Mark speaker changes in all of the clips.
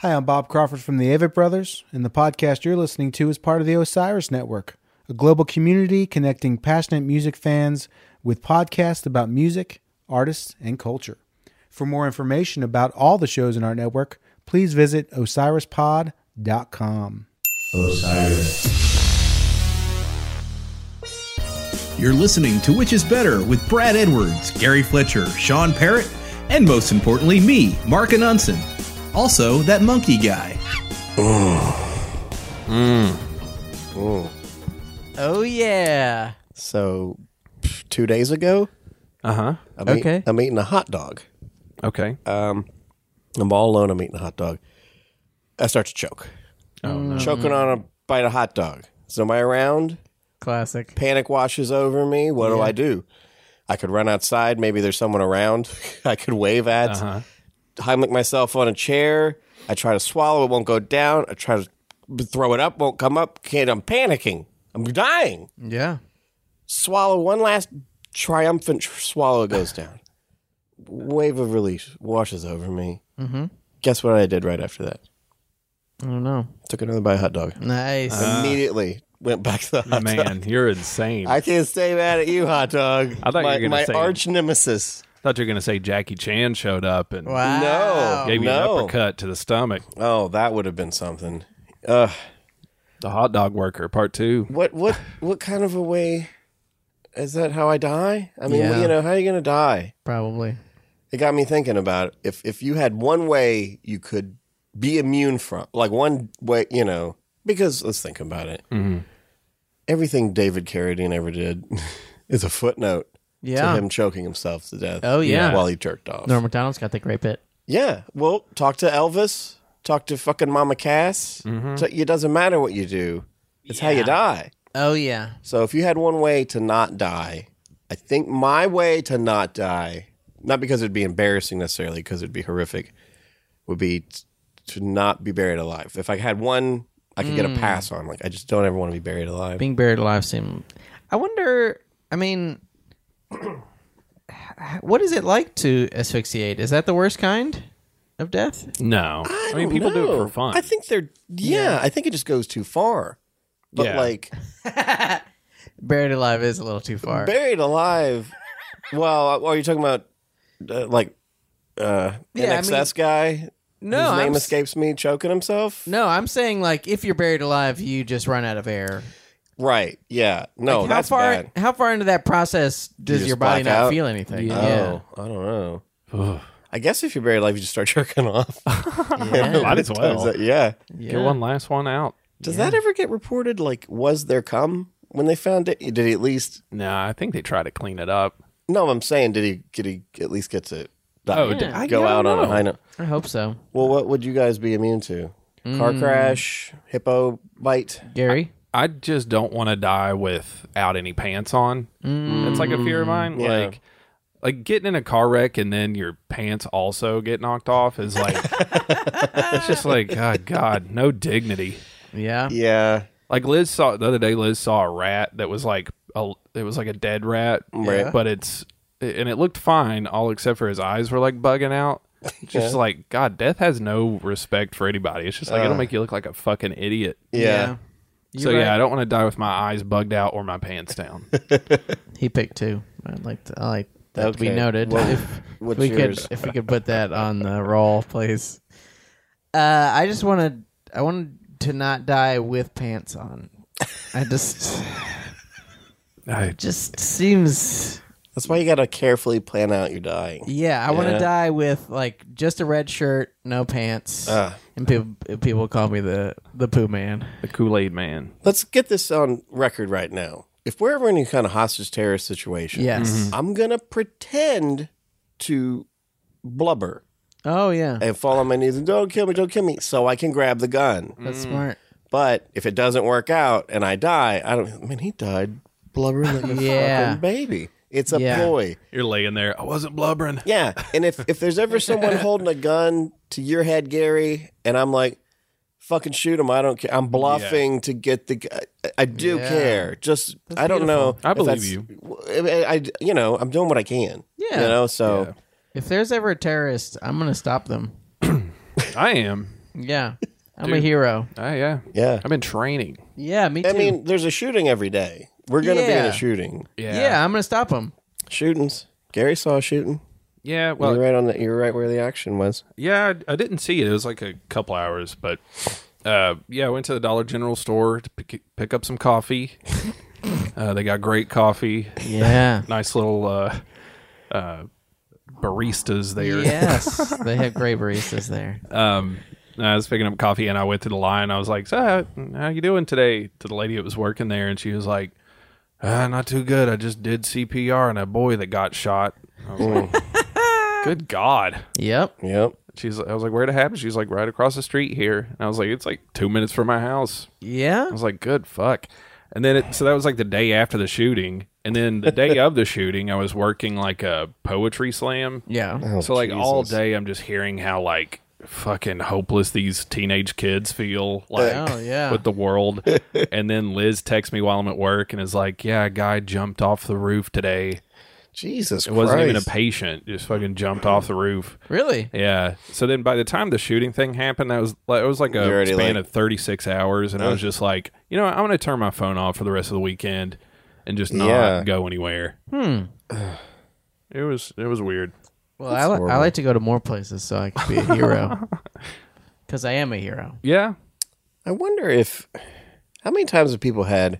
Speaker 1: Hi, I'm Bob Crawford from the Avett Brothers, and the podcast you're listening to is part of the Osiris Network, a global community connecting passionate music fans with podcasts about music, artists, and culture. For more information about all the shows in our network, please visit osirispod.com.
Speaker 2: Osiris.
Speaker 3: You're listening to Which is Better with Brad Edwards, Gary Fletcher, Sean Parrott, and most importantly, me, Mark Anunson. Also, that monkey guy.
Speaker 4: Oh yeah.
Speaker 5: So, pff, two days ago,
Speaker 6: Uh huh.
Speaker 5: I'm,
Speaker 4: Okay.
Speaker 5: eat, I'm eating a hot dog. Um,
Speaker 6: Okay.
Speaker 5: I'm all alone. I'm eating a hot dog. I start to choke.
Speaker 6: Oh, no.
Speaker 5: Choking on a bite of hot dog. Is nobody around?
Speaker 4: Classic.
Speaker 5: Panic washes over me. What do I do? I could run outside. Maybe there's someone around. I could wave at.
Speaker 6: Uh-huh.
Speaker 5: Heimlich myself on a chair. I try to swallow. It won't go down. I try to throw it up. Won't come up. Can't. I'm panicking. I'm dying.
Speaker 4: Yeah.
Speaker 5: swallow one last triumphant tr- swallow goes down wave of relief washes over me mm-hmm. guess what i did right after that
Speaker 4: I don't know.
Speaker 5: took another bite of hot dog
Speaker 4: Nice.
Speaker 5: immediately went back to the hot dog
Speaker 6: Uh, Man, you're insane. I
Speaker 5: i can't stay mad at you hot dog
Speaker 6: I thought you were
Speaker 5: my,
Speaker 6: gonna
Speaker 5: my
Speaker 6: say-
Speaker 5: arch nemesis
Speaker 6: thought you were going to say Jackie Chan showed up and
Speaker 4: wow.
Speaker 5: no
Speaker 6: gave you
Speaker 5: no
Speaker 6: an uppercut to the stomach.
Speaker 5: oh that would have been something Ugh.
Speaker 6: The hot dog worker, part two.
Speaker 5: what what what kind of a way is that how i die i mean
Speaker 4: Yeah.
Speaker 5: you know how are you gonna die
Speaker 4: Probably.
Speaker 5: it got me thinking about it. if if you had one way you could be immune from like one way you know because let's think about it
Speaker 4: Mm-hmm.
Speaker 5: everything david carradine ever did is a footnote
Speaker 4: Yeah.
Speaker 5: to him choking himself to death
Speaker 4: Oh, yeah.
Speaker 5: while he jerked off
Speaker 4: Norm McDonald's got the great bit.
Speaker 5: yeah well talk to elvis talk to fucking mama cass
Speaker 4: Mm-hmm.
Speaker 5: So it doesn't matter what you do it's how you die
Speaker 4: Oh yeah.
Speaker 5: so if you had one way to not die, I think my way to not die, not because it'd be embarrassing necessarily, because it'd be horrific, would be t- to not be buried alive. If I had one, I could
Speaker 4: Hmm.
Speaker 5: get a pass on. Like I just don't ever want to be buried alive.
Speaker 4: Being buried alive seemed. I wonder. I mean, what is it like to asphyxiate? Is that the worst kind of death?
Speaker 6: No. I, mean, people do it
Speaker 5: No.
Speaker 6: for fun.
Speaker 5: Oh, I think they're yeah, I think it just goes too far. But
Speaker 6: Yeah.
Speaker 5: like
Speaker 4: Buried alive is a little too far.
Speaker 5: buried alive, well, are you talking about uh, like uh,
Speaker 4: Yeah, I
Speaker 5: NXS
Speaker 4: mean-
Speaker 5: guy? his
Speaker 4: No,
Speaker 5: name
Speaker 4: I'm s-
Speaker 5: escapes me, choking himself.
Speaker 4: no, I'm saying like if you're buried alive, you just run out of air.
Speaker 5: Right? Yeah. No,
Speaker 4: Like, how
Speaker 5: Oh, that's
Speaker 4: far?
Speaker 5: bad.
Speaker 4: How far into that process does
Speaker 5: just
Speaker 4: your body
Speaker 5: black
Speaker 4: not
Speaker 5: out?
Speaker 4: feel anything?
Speaker 5: Oh, I don't know. I guess if you're buried alive, you just start jerking off.
Speaker 6: Might as well.
Speaker 5: uh, yeah.
Speaker 4: Yeah.
Speaker 6: Get one last one out.
Speaker 5: Does that ever get reported? Like, was there cum when they found it? Did he at least?
Speaker 6: No, I think they try to clean it up.
Speaker 5: No, I'm saying, did he? Did he at least get to? die-
Speaker 6: Oh, did- I
Speaker 5: go
Speaker 6: don't
Speaker 5: out on a
Speaker 6: know.
Speaker 5: high note.
Speaker 4: I hope so.
Speaker 5: Well, what would you guys be immune to? Car
Speaker 6: Mm.
Speaker 5: crash, hippo bite.
Speaker 4: Gary?
Speaker 6: I just don't want to die without any pants on. It's like a fear of mine.
Speaker 5: Mm. Yeah.
Speaker 6: Like like getting in a car wreck and then your pants also get knocked off is like it's just like oh god, no dignity.
Speaker 4: yeah.
Speaker 5: Yeah,
Speaker 6: Like Liz saw the other day Liz saw a rat that was like a it was like a dead rat,
Speaker 5: Right.
Speaker 6: but it's and it looked fine all except for his eyes were like bugging out. Just like god, death has no respect for anybody. It's just like it'll make you look like a fucking idiot.
Speaker 5: Uh. yeah.
Speaker 6: so
Speaker 4: You're
Speaker 6: yeah,
Speaker 4: right.
Speaker 6: I don't want to die with my eyes bugged out or my pants down.
Speaker 4: He picked two. I'd like to, I like that to be
Speaker 5: Okay.
Speaker 4: noted.
Speaker 5: Well,
Speaker 4: if
Speaker 5: what's
Speaker 4: we
Speaker 5: yours?
Speaker 4: could if we could put that on the roll, please. Uh, I just wanted I wanted to not die with pants on. I just
Speaker 6: I-
Speaker 4: just seems
Speaker 5: That's why you got to carefully plan out your dying.
Speaker 4: yeah. I want
Speaker 5: Yeah.
Speaker 4: to die with like just a red shirt, no pants,
Speaker 5: Ah.
Speaker 4: and people people call me the the poo man.
Speaker 6: The Kool Aid Man.
Speaker 5: Let's get this on record right now. If we're ever in any kind of hostage terrorist situation,
Speaker 4: Yes.
Speaker 5: I'm gonna pretend to blubber
Speaker 4: Oh yeah.
Speaker 5: and fall on my knees and don't kill me, don't kill me, so I can grab the gun.
Speaker 4: That's smart.
Speaker 5: But if it doesn't work out and I die, I don't. Man, he died blubbering like a
Speaker 4: Yeah.
Speaker 5: fucking baby. It's a
Speaker 4: Yeah.
Speaker 5: ploy.
Speaker 6: You're laying there. I wasn't blubbering.
Speaker 5: Yeah, and if if there's ever someone holding a gun to your head, Gary, and I'm like, fucking shoot him. I don't care. I'm bluffing to get the. gu- I, I do
Speaker 4: Yeah.
Speaker 5: care. Just I don't know.
Speaker 6: I
Speaker 5: if
Speaker 6: believe
Speaker 5: that's-
Speaker 6: you.
Speaker 5: I, I- you know I'm doing what I can.
Speaker 4: Yeah.
Speaker 5: you know so.
Speaker 4: If there's ever a terrorist, I'm gonna stop them.
Speaker 6: I am.
Speaker 4: Yeah. I'm a
Speaker 6: Dude.
Speaker 4: hero.
Speaker 6: Ah, yeah.
Speaker 5: Yeah.
Speaker 6: I've been training.
Speaker 4: Yeah, me too.
Speaker 5: I mean, there's a shooting every day. We're gonna be in
Speaker 4: Yeah.
Speaker 5: a shooting.
Speaker 6: Yeah.
Speaker 4: yeah. I'm going to stop him.
Speaker 5: Shootings. Gary saw a shooting.
Speaker 6: Yeah. Well,
Speaker 5: You're right on that. You're right where the action was.
Speaker 6: Yeah, I, I didn't see it. It was like a couple hours, but uh, yeah, I went to the Dollar General store to pick, pick up some coffee. uh, they got great coffee,
Speaker 4: Yeah.
Speaker 6: nice little uh, uh, baristas there.
Speaker 4: yes. They have great baristas there.
Speaker 5: Uh,
Speaker 6: Um, and I was picking up coffee, and I went to the line. I was like, "So, how you doing today?" To the lady that was working there, and she was like, ah, "Not too good. I just did CPR on a boy that got shot." I was like, "Good God!"
Speaker 4: Yep.
Speaker 5: Yep.
Speaker 6: She's, I was like, where'd it happen? She's like, right across the street here. And I was like, it's like two minutes from my house. I
Speaker 4: Yeah.
Speaker 6: was like, good fuck. And then it, so that was like the day after the shooting. And then the day of the shooting, I was working like a poetry slam.
Speaker 5: uh,
Speaker 4: Yeah.
Speaker 6: so like all day, I'm just hearing how like fucking hopeless these teenage kids feel like
Speaker 4: Oh, yeah.
Speaker 6: with the world. and then Liz texts me while I'm at work and is like, yeah, a guy jumped off the roof today.
Speaker 5: Jesus
Speaker 6: It wasn't even a
Speaker 5: Christ.
Speaker 6: patient, just fucking jumped off the roof.
Speaker 4: Really?
Speaker 6: Yeah. So then by the time the shooting thing happened, that was like it was like
Speaker 5: You're
Speaker 6: a
Speaker 5: already Oh.
Speaker 6: span
Speaker 5: late.
Speaker 6: of 36 hours and I was just like, you know, what, I'm going to turn my phone off for the rest of the weekend and just not
Speaker 5: Yeah.
Speaker 6: go anywhere. Hmm. It was it was weird.
Speaker 4: Well, I, li- I like to go to more places so I can be a hero. Because I am a hero.
Speaker 6: Yeah.
Speaker 5: I wonder if how many times have people had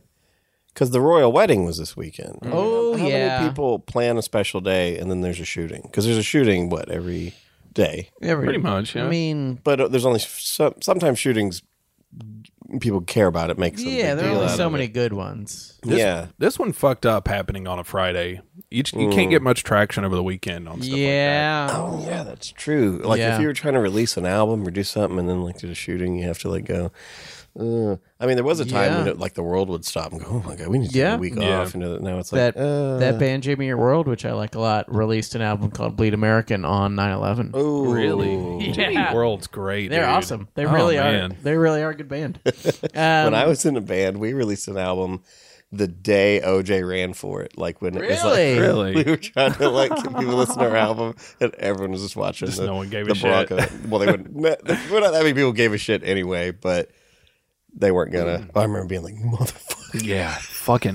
Speaker 5: because the royal wedding was this weekend.
Speaker 4: Oh,
Speaker 5: how
Speaker 4: yeah.
Speaker 5: many people plan a special day and then there's a shooting? Because there's a shooting what every day,
Speaker 4: Every-
Speaker 6: Pretty much, yeah.
Speaker 4: I mean,
Speaker 5: but uh, there's only some, sometimes shootings people care about it makes a big
Speaker 4: yeah, there are
Speaker 5: deal
Speaker 4: only
Speaker 5: out
Speaker 4: so
Speaker 5: of
Speaker 4: many
Speaker 5: it.
Speaker 4: good ones.
Speaker 6: This,
Speaker 5: yeah,
Speaker 6: This one fucked up happening on a Friday. You, j- you can't get much traction over the weekend on stuff like that.
Speaker 4: yeah.
Speaker 5: oh yeah, that's true. Like
Speaker 4: Yeah.
Speaker 5: if you were trying to release an album or do something and then like there's a shooting, you have to like go. Uh, I mean, there was a time when
Speaker 4: Yeah.
Speaker 5: it, like the world would stop and go, "Oh my god, we need to
Speaker 4: Yeah.
Speaker 5: take a week
Speaker 6: Yeah.
Speaker 5: off." And uh, now it's like uh,
Speaker 4: that that band Jamie Your World, which I like a lot, released an album called Bleed American on 9/11.
Speaker 5: "Ooh."
Speaker 6: Really? Jimmy World's great.
Speaker 4: They're
Speaker 6: dude.
Speaker 4: awesome. They
Speaker 6: Oh,
Speaker 4: really
Speaker 6: man.
Speaker 4: are. They really are a good band. Um,
Speaker 5: when I was in a band, we released an album the day OJ ran for it. Like when it was like
Speaker 4: Really?
Speaker 6: Really?
Speaker 5: we were trying to like get people to listen to our album, and everyone was just watching.
Speaker 6: Just
Speaker 5: the,
Speaker 6: no one gave a
Speaker 5: the
Speaker 6: shit.
Speaker 5: Bronco. Well, they wouldn't. well, not that many people gave a shit anyway, but they weren't gonna.
Speaker 4: Hmm.
Speaker 5: I remember being like, "Motherfucker,
Speaker 6: Yeah. Fucking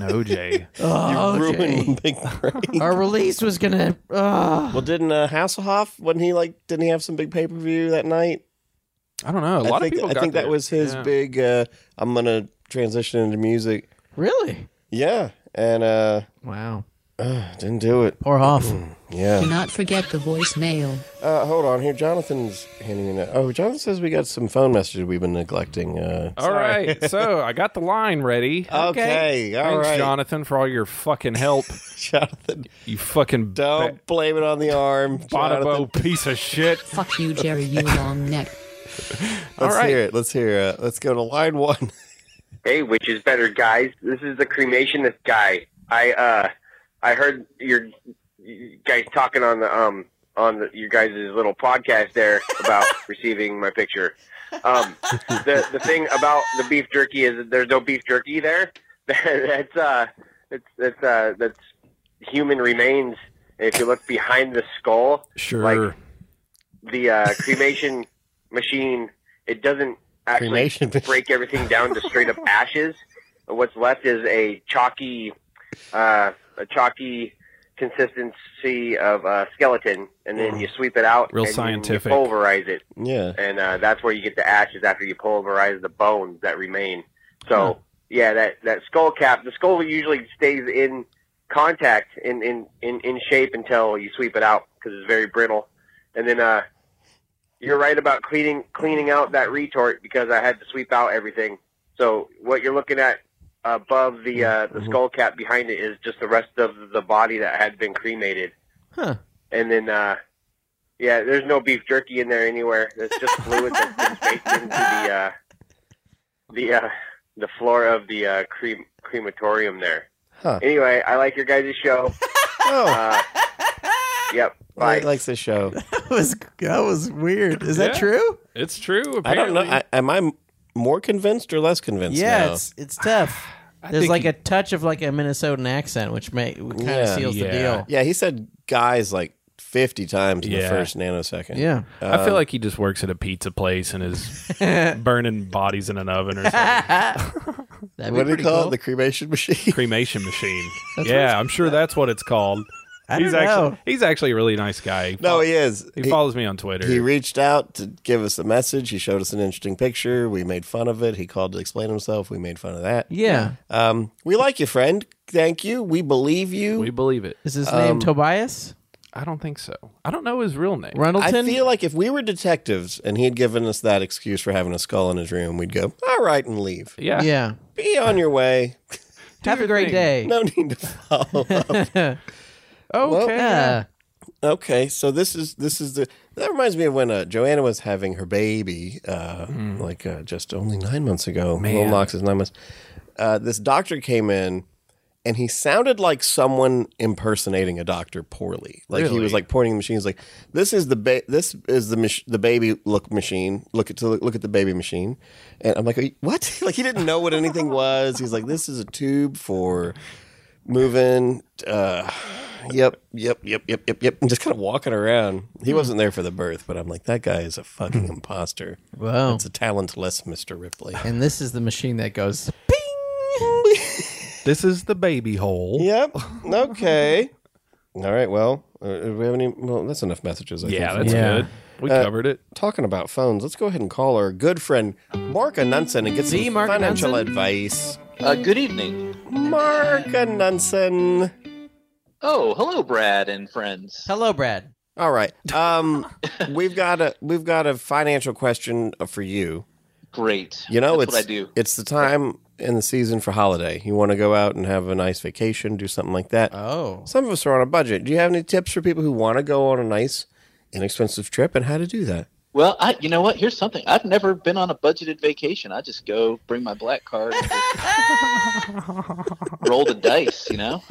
Speaker 6: OJ.
Speaker 4: Oh,
Speaker 5: you
Speaker 4: OJ.
Speaker 5: ruined Big Break."
Speaker 4: Our release was gonna. Uh,
Speaker 5: well, didn't uh, Hasselhoff? Wasn't he like? Didn't he have some big pay per view that night?
Speaker 6: I don't know. A
Speaker 5: I
Speaker 6: lot
Speaker 5: think.
Speaker 6: of people
Speaker 5: I
Speaker 6: got
Speaker 5: think that
Speaker 6: their-
Speaker 5: was his
Speaker 6: yeah.
Speaker 5: big. Uh, I'm gonna transition into music.
Speaker 4: really?
Speaker 5: Yeah, and uh,
Speaker 4: Wow.
Speaker 5: didn't do it.
Speaker 4: Or off.
Speaker 5: Yeah.
Speaker 7: Do not forget the voicemail.
Speaker 5: Uh, hold on here. Jonathan's handing me. a- Oh, Jonathan says we got some phone messages we've been neglecting. Uh,
Speaker 6: All right, so I got the line ready.
Speaker 5: Okay, all
Speaker 6: Oh, Thanks,
Speaker 5: right.
Speaker 6: Jonathan, for all your fucking help.
Speaker 5: Jonathan,
Speaker 6: You fucking
Speaker 5: don't
Speaker 6: ba-
Speaker 5: blame it on the arm. Jonathan,
Speaker 6: bonobo piece of shit.
Speaker 7: Fuck you, Jerry, you long neck.
Speaker 5: let's
Speaker 6: All right.
Speaker 5: hear it. Let's hear it. Let's go to line one.
Speaker 8: Hey, which is better, guys? This is the cremationist guy. I uh, I heard your you guys talking on the um on the, your guys' little podcast there about receiving my picture. Um, the the thing about the beef jerky is that there's no beef jerky there. that's uh, that's that's uh, that's human remains. If you look behind the skull,
Speaker 6: Sure.
Speaker 8: Like- the uh, cremation machine it doesn't actually
Speaker 5: Cremation machine.
Speaker 8: break everything down to straight up ashes. What's left is a chalky, uh, a chalky consistency of uh, skeleton, and then you sweep it out.
Speaker 6: Mm-hmm. Real
Speaker 8: and then you
Speaker 6: scientific.
Speaker 8: pulverize it,
Speaker 5: Yeah.
Speaker 8: and uh, that's where you get the ashes after you pulverize the bones that remain. So yeah, that that skull cap, the skull usually stays in contact in in in, in shape until you sweep it out because it's very brittle. And then uh, you're right about cleaning cleaning out that retort because I had to sweep out everything. So what you're looking at above the uh, the skull cap behind it is just the rest of the body that had been cremated.
Speaker 4: Huh.
Speaker 8: And then uh, yeah, there's no beef jerky in there anywhere. It's just fluid that's been spaced into the uh, the uh, the floor of the uh, crem- crematorium there.
Speaker 5: Huh.
Speaker 8: Anyway, I like your guys' show.
Speaker 5: Oh,
Speaker 8: Uh, yep. Bye.
Speaker 5: Nate likes this show.
Speaker 4: That was that was weird. Is that
Speaker 6: Yeah.
Speaker 4: true?
Speaker 6: it's true. Apparently.
Speaker 5: I don't know. I, am I more convinced or less convinced?
Speaker 4: Yeah,
Speaker 5: now?
Speaker 4: it's it's tough. There's
Speaker 6: think
Speaker 4: like a touch of like a Minnesotan accent, which may kind of
Speaker 5: Yeah.
Speaker 4: seals
Speaker 6: Yeah.
Speaker 4: the deal.
Speaker 5: yeah. He said guys like 50 times in the
Speaker 6: Yeah.
Speaker 5: first nanosecond.
Speaker 4: Yeah.
Speaker 6: I
Speaker 5: uh,
Speaker 6: feel like he just works at a pizza place and is burning bodies in an oven or something.
Speaker 4: That'd
Speaker 5: What do
Speaker 4: pretty
Speaker 5: they call
Speaker 4: cool.
Speaker 5: it? The cremation machine?
Speaker 6: cremation machine. yeah, I'm sure that's what it's called.
Speaker 4: I
Speaker 6: he's
Speaker 4: don't
Speaker 6: actually
Speaker 4: know.
Speaker 6: he's actually a really nice guy. He
Speaker 5: no,
Speaker 6: fo-
Speaker 5: he is.
Speaker 6: he, follows me on Twitter.
Speaker 5: he reached out to give us a message. He showed us an interesting picture. We made fun of it. He called to explain himself. We made fun of that.
Speaker 4: Yeah.
Speaker 5: Um, we like you, friend. Thank you. We believe you.
Speaker 6: we believe it.
Speaker 4: Is his name Tobias?
Speaker 6: I don't think so. I don't know his real name.
Speaker 5: I
Speaker 4: Rundleton?
Speaker 5: feel like if we were detectives and he had given us that excuse for having a skull in his room, we'd go, all right, and leave.
Speaker 6: Yeah.
Speaker 4: yeah.
Speaker 5: Be on your way.
Speaker 4: Have a
Speaker 6: your
Speaker 4: great day.
Speaker 6: thing.
Speaker 5: No need to follow up.
Speaker 6: Okay.
Speaker 4: Yeah.
Speaker 5: Okay, so this is this is the that reminds me of when uh, Joanna was having her baby, uh, like uh, just only nine months ago. Lil Knox is nine months. Uh, this doctor came in, and he sounded like someone impersonating a doctor poorly. Like he was
Speaker 6: Really?
Speaker 5: like pointing the machine. He's like, "This is the ba- this is the mach- the baby look machine. Look at to look, look at the baby machine." And I'm like, "Are you- "What?" like he didn't know what anything was. He's like, "This is a tube for." moving. Uh, yep, yep, yep, yep, yep, yep. And just kind of walking around. He wasn't there for the birth, but I'm like, that guy is a fucking imposter.
Speaker 4: Wow.
Speaker 5: It's a talentless Mr. Ripley.
Speaker 4: And this is the machine that goes.
Speaker 6: This is the baby hole.
Speaker 5: yep. Okay. All right. Well, uh, do we have any? Well, that's enough messages. I
Speaker 6: Yeah,
Speaker 5: think.
Speaker 6: that's
Speaker 4: Yeah.
Speaker 6: good. We
Speaker 5: Uh,
Speaker 6: covered it.
Speaker 5: Talking about phones, let's go ahead and call our good friend Mark Anunson and get
Speaker 4: The
Speaker 5: some
Speaker 4: Mark
Speaker 5: financial
Speaker 4: Anunson?
Speaker 5: advice.
Speaker 9: Uh, good evening.
Speaker 5: Mark Anunson.
Speaker 9: Oh, hello, Brad and friends.
Speaker 4: Hello, Brad.
Speaker 5: All right. Um, we've got a we've got a financial question for you.
Speaker 9: Great.
Speaker 5: You know,
Speaker 9: That's
Speaker 5: it's
Speaker 9: what I do.
Speaker 5: it's the time in the season for holiday. You want to go out and have a nice vacation, do something like that.
Speaker 4: Oh.
Speaker 5: Some of us are on a budget. Do you have any tips for people who want to go on a nice, inexpensive trip and how to do that?
Speaker 9: Well, I, you know what? Here's something. I've never been on a budgeted vacation. I just go bring my black card, and just roll the dice. You know.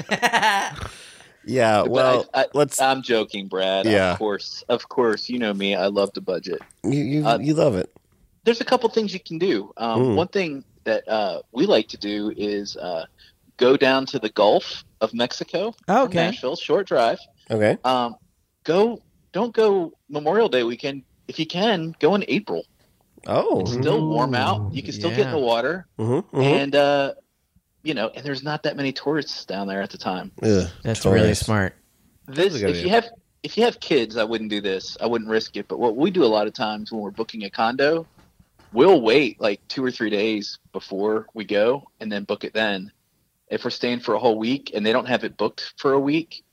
Speaker 5: Yeah.
Speaker 9: But
Speaker 5: Well,
Speaker 9: I, uh, I,
Speaker 5: let's.
Speaker 9: I'm joking, Brad.
Speaker 5: Yeah.
Speaker 9: Of course, of course. You know me. I love to budget.
Speaker 5: you you,
Speaker 9: uh,
Speaker 5: you love it.
Speaker 9: there's a couple things you can do. Um,
Speaker 5: Mm.
Speaker 9: One thing that uh, we like to do is uh, go down to the Gulf of Mexico, from
Speaker 4: Oh, Okay.
Speaker 9: Nashville, short drive.
Speaker 5: Okay.
Speaker 9: Um, go, don't go Memorial Day weekend. If you can, go in April.
Speaker 5: Oh.
Speaker 9: It's still warm out. You can still get in
Speaker 4: yeah.
Speaker 9: the water,
Speaker 5: Mhm, mhm.
Speaker 9: and uh, you know, and there's not that many tourists down there at the time.
Speaker 5: Ugh,
Speaker 4: That's
Speaker 5: tourists.
Speaker 4: really smart.
Speaker 9: This,
Speaker 5: a good
Speaker 9: if you
Speaker 5: idea.
Speaker 9: have. If you have kids, I wouldn't do this. I wouldn't risk it. But what we do a lot of times when we're booking a condo, we'll wait like two or three days before we go and then book it then. If we're staying for a whole week and they don't have it booked for a week,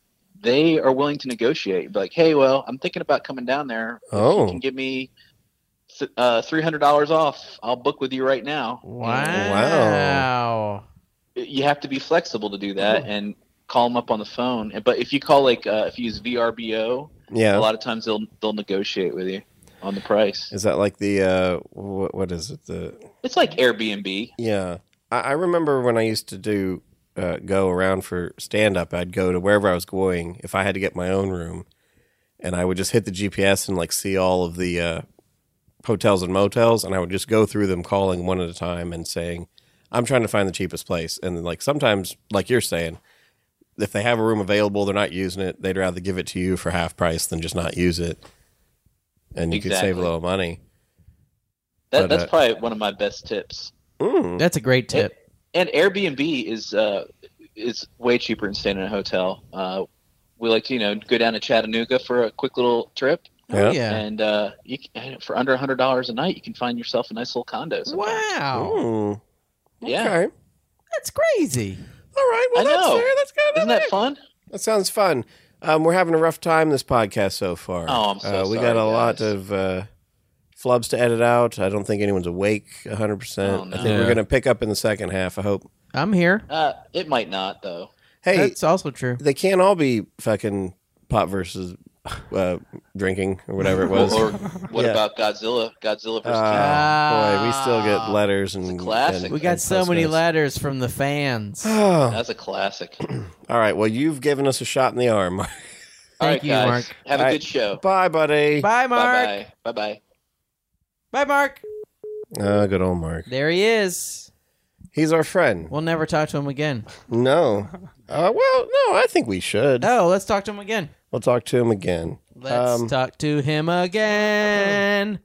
Speaker 9: they are willing to negotiate. Be like, hey, well, I'm thinking about coming down there. If
Speaker 5: Oh.
Speaker 9: You can give me th- uh, $300 off. I'll book with you right now.
Speaker 4: Wow.
Speaker 9: You have to be flexible to do that and call them up on the phone. And- But if you call, like, uh, if you use VRBO,
Speaker 5: Yeah.
Speaker 9: a lot of times they'll they'll negotiate with you on the price.
Speaker 5: Is that like the uh what, what is it the
Speaker 9: It's like Airbnb.
Speaker 5: Yeah. I, I remember when I used to do uh, go around for stand up, I'd go to wherever I was going if I had to get my own room. And I would just hit the GPS and like see all of the uh, hotels and motels. And I would just go through them calling one at a time and saying, I'm trying to find the cheapest place. And then, like, sometimes, like you're saying, if they have a room available, they're not using it. They'd rather give it to you for half price than just not use it. And you could save a
Speaker 9: Exactly.
Speaker 5: little money.
Speaker 9: That,
Speaker 5: But,
Speaker 9: that's
Speaker 5: uh,
Speaker 9: probably one of my best tips.
Speaker 5: Mm.
Speaker 4: That's a great tip.
Speaker 9: And Airbnb is uh, is way cheaper than staying in a hotel. Uh, we like to you know go down to Chattanooga for a quick little trip,
Speaker 4: Oh,
Speaker 5: Yeah.
Speaker 4: yeah.
Speaker 9: and uh, you can, for under hundred dollars a night, you can find yourself a nice little condo. somewhere.
Speaker 4: Wow.
Speaker 5: Mm.
Speaker 9: Yeah.
Speaker 5: Okay.
Speaker 4: That's crazy.
Speaker 5: All right. Well,
Speaker 9: I
Speaker 5: that's
Speaker 9: know.
Speaker 5: fair. That's good.
Speaker 9: Isn't
Speaker 5: All
Speaker 9: that
Speaker 5: right.
Speaker 9: fun?
Speaker 5: That sounds fun. Um, we're having a rough time this podcast so far.
Speaker 9: Oh, I'm so
Speaker 5: uh, We
Speaker 9: sorry,
Speaker 5: got a lot
Speaker 9: guys.
Speaker 5: of uh, flubs to edit out. I don't think anyone's awake 100%.
Speaker 9: Oh,
Speaker 5: I
Speaker 9: no.
Speaker 5: think we're
Speaker 6: Yeah.
Speaker 5: going to pick up in the second half, I hope.
Speaker 4: I'm here.
Speaker 9: Uh, it might not though.
Speaker 5: Hey,
Speaker 4: That's also true.
Speaker 5: they can't all be fucking pot versus uh, drinking or whatever it was.
Speaker 9: Or what
Speaker 5: Yeah.
Speaker 9: about Godzilla? Godzilla versus King?
Speaker 5: Ah, boy, we still get
Speaker 4: Ah.
Speaker 5: letters and
Speaker 9: classic.
Speaker 5: and-
Speaker 4: We got
Speaker 5: and
Speaker 4: so many
Speaker 5: postcards.
Speaker 4: letters from the fans. Thank
Speaker 5: Oh,
Speaker 9: That's a classic.
Speaker 5: all right. Well, you've given us a shot in the arm.
Speaker 9: All right,
Speaker 4: you,
Speaker 9: guys.
Speaker 4: Mark.
Speaker 9: Have a
Speaker 5: All right.
Speaker 9: good show.
Speaker 5: Bye, buddy.
Speaker 4: Bye, Mark.
Speaker 9: Bye bye. Bye bye.
Speaker 4: Bye, Mark.
Speaker 5: Oh, good old Mark.
Speaker 4: There he is.
Speaker 5: He's our friend.
Speaker 4: We'll never talk to him again.
Speaker 5: No. Uh, well, no, I think we should.
Speaker 6: Oh.
Speaker 4: Oh, let's talk to him again.
Speaker 5: I'll talk to him again.
Speaker 4: Let's
Speaker 5: Um,
Speaker 4: talk to him again.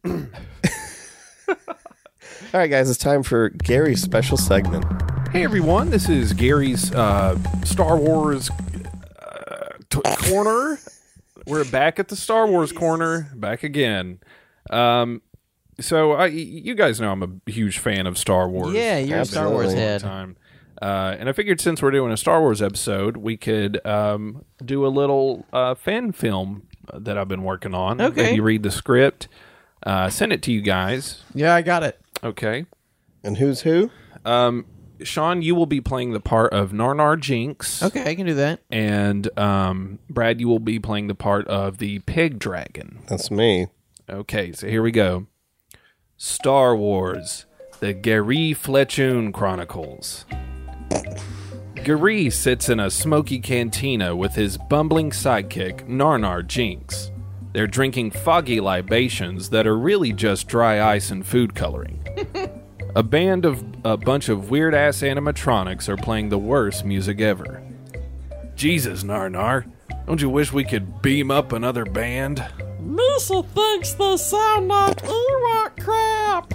Speaker 5: All right, guys, it's time for Gary's special segment.
Speaker 6: Hey everyone, this is Gary's uh, Star Wars uh, t- corner. We're back at the Star Wars corner, back again. Um, so I, you guys know I'm a huge fan of Star Wars.
Speaker 4: yeah, you're a Star Wars
Speaker 5: Absolutely.
Speaker 4: head.
Speaker 6: time. Uh, and I figured since we're doing a Star Wars episode, we could um, do a little uh, fan film that I've been working on.
Speaker 4: Okay.
Speaker 6: Maybe read the script, uh, send it to you guys.
Speaker 4: Yeah, I got it.
Speaker 6: Okay.
Speaker 5: And who's who?
Speaker 6: Sean, you will be playing the part of Narnar Jinx.
Speaker 4: Okay, I can do that.
Speaker 6: And um, Brad, you will be playing the part of the pig dragon.
Speaker 5: That's me.
Speaker 6: Okay, so here we go. Star Wars, the Gary Fletchoon Chronicles. Gary sits in a smoky cantina with his bumbling sidekick, Narnar Jinx. They're drinking foggy libations that are really just dry ice and food coloring. a band of a bunch of weird ass animatronics are playing the worst music ever. Jesus, Narnar, don't you wish we could beam up another band?
Speaker 4: Missile thinks they sound like Ewok crap.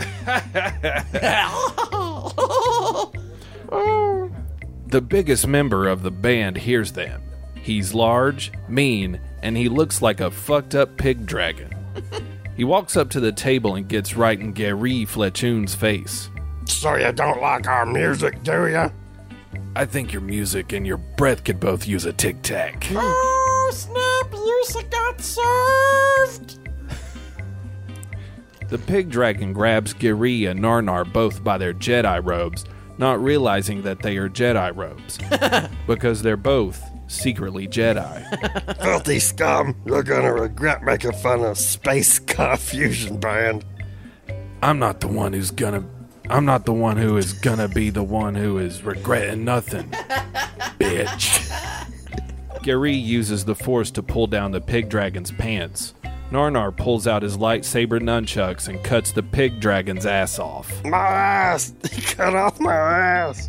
Speaker 6: The biggest member of the band hears them. He's large, mean, and he looks like a fucked up pig dragon. he walks up to the table and gets right in Gary Fletchoon's face.
Speaker 2: So you don't like our music, do ya?
Speaker 6: I think your music and your breath could both use a tic tac.
Speaker 4: oh snap! Yusa got served.
Speaker 6: The pig dragon grabs Giri and Narnar both by their Jedi robes, not realizing that they are Jedi robes, because they're both secretly Jedi.
Speaker 2: Filthy scum! You're gonna regret making fun of Space Car Fusion Band.
Speaker 6: I'm not the one who's gonna. I'm not the one who is gonna be the one who is regretting nothing, bitch. Gary uses the force to pull down the pig dragon's pants. Narnar pulls out his lightsaber nunchucks and cuts the pig dragon's ass off.
Speaker 2: My ass! Cut off my ass!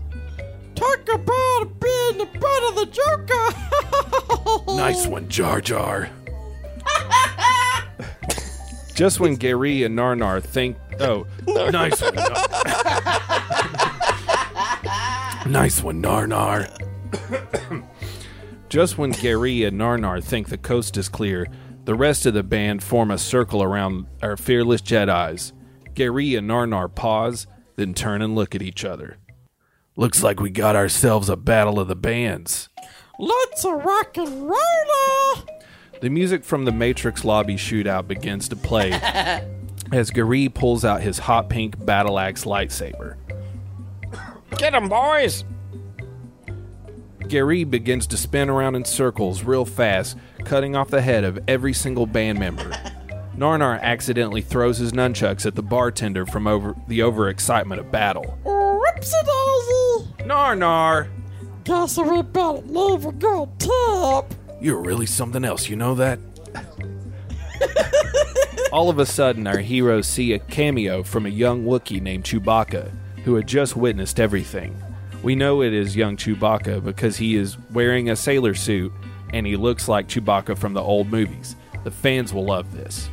Speaker 4: Talk about being the butt of the Joker.
Speaker 6: Nice one, Jar Jar. Just when Gary and Narnar think, oh, nice one. Nar- nice one, Narnar. Just when Gary and Narnar think the coast is clear, the rest of the band form a circle around our fearless Jedi's. Gary and Narnar pause, then turn and look at each other. Looks like we got ourselves a battle of the bands.
Speaker 4: Let's a rock and roller.
Speaker 6: The music from the Matrix lobby shootout begins to play as Gary pulls out his hot pink battle axe lightsaber.
Speaker 5: Get him, boys!
Speaker 6: Gary begins to spin around in circles real fast, cutting off the head of every single band member. Narnar accidentally throws his nunchucks at the bartender from over the overexcitement of battle.
Speaker 4: Ripsy daisy.
Speaker 6: Narnar,
Speaker 4: Guess we better leave a good tip.
Speaker 6: you're really something else, you know that? All of a sudden, our heroes see a cameo from a young Wookiee named Chewbacca, who had just witnessed everything. We know it is young Chewbacca because he is wearing a sailor suit and he looks like Chewbacca from the old movies. The fans will love this.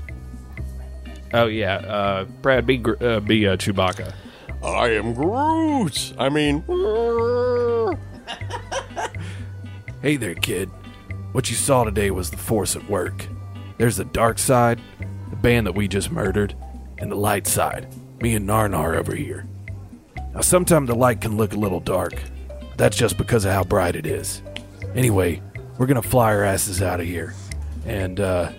Speaker 6: Oh, yeah. Uh, Brad, be, Gr- uh, be uh, Chewbacca.
Speaker 5: I am Groot! I mean,
Speaker 6: Hey there, kid. What you saw today was the force at work. There's the dark side, the band that we just murdered, and the light side. Me and Narnar over here. Now, sometimes the light can look a little dark. but That's just because of how bright it is. Anyway, we're gonna fly our asses out of here, and uh,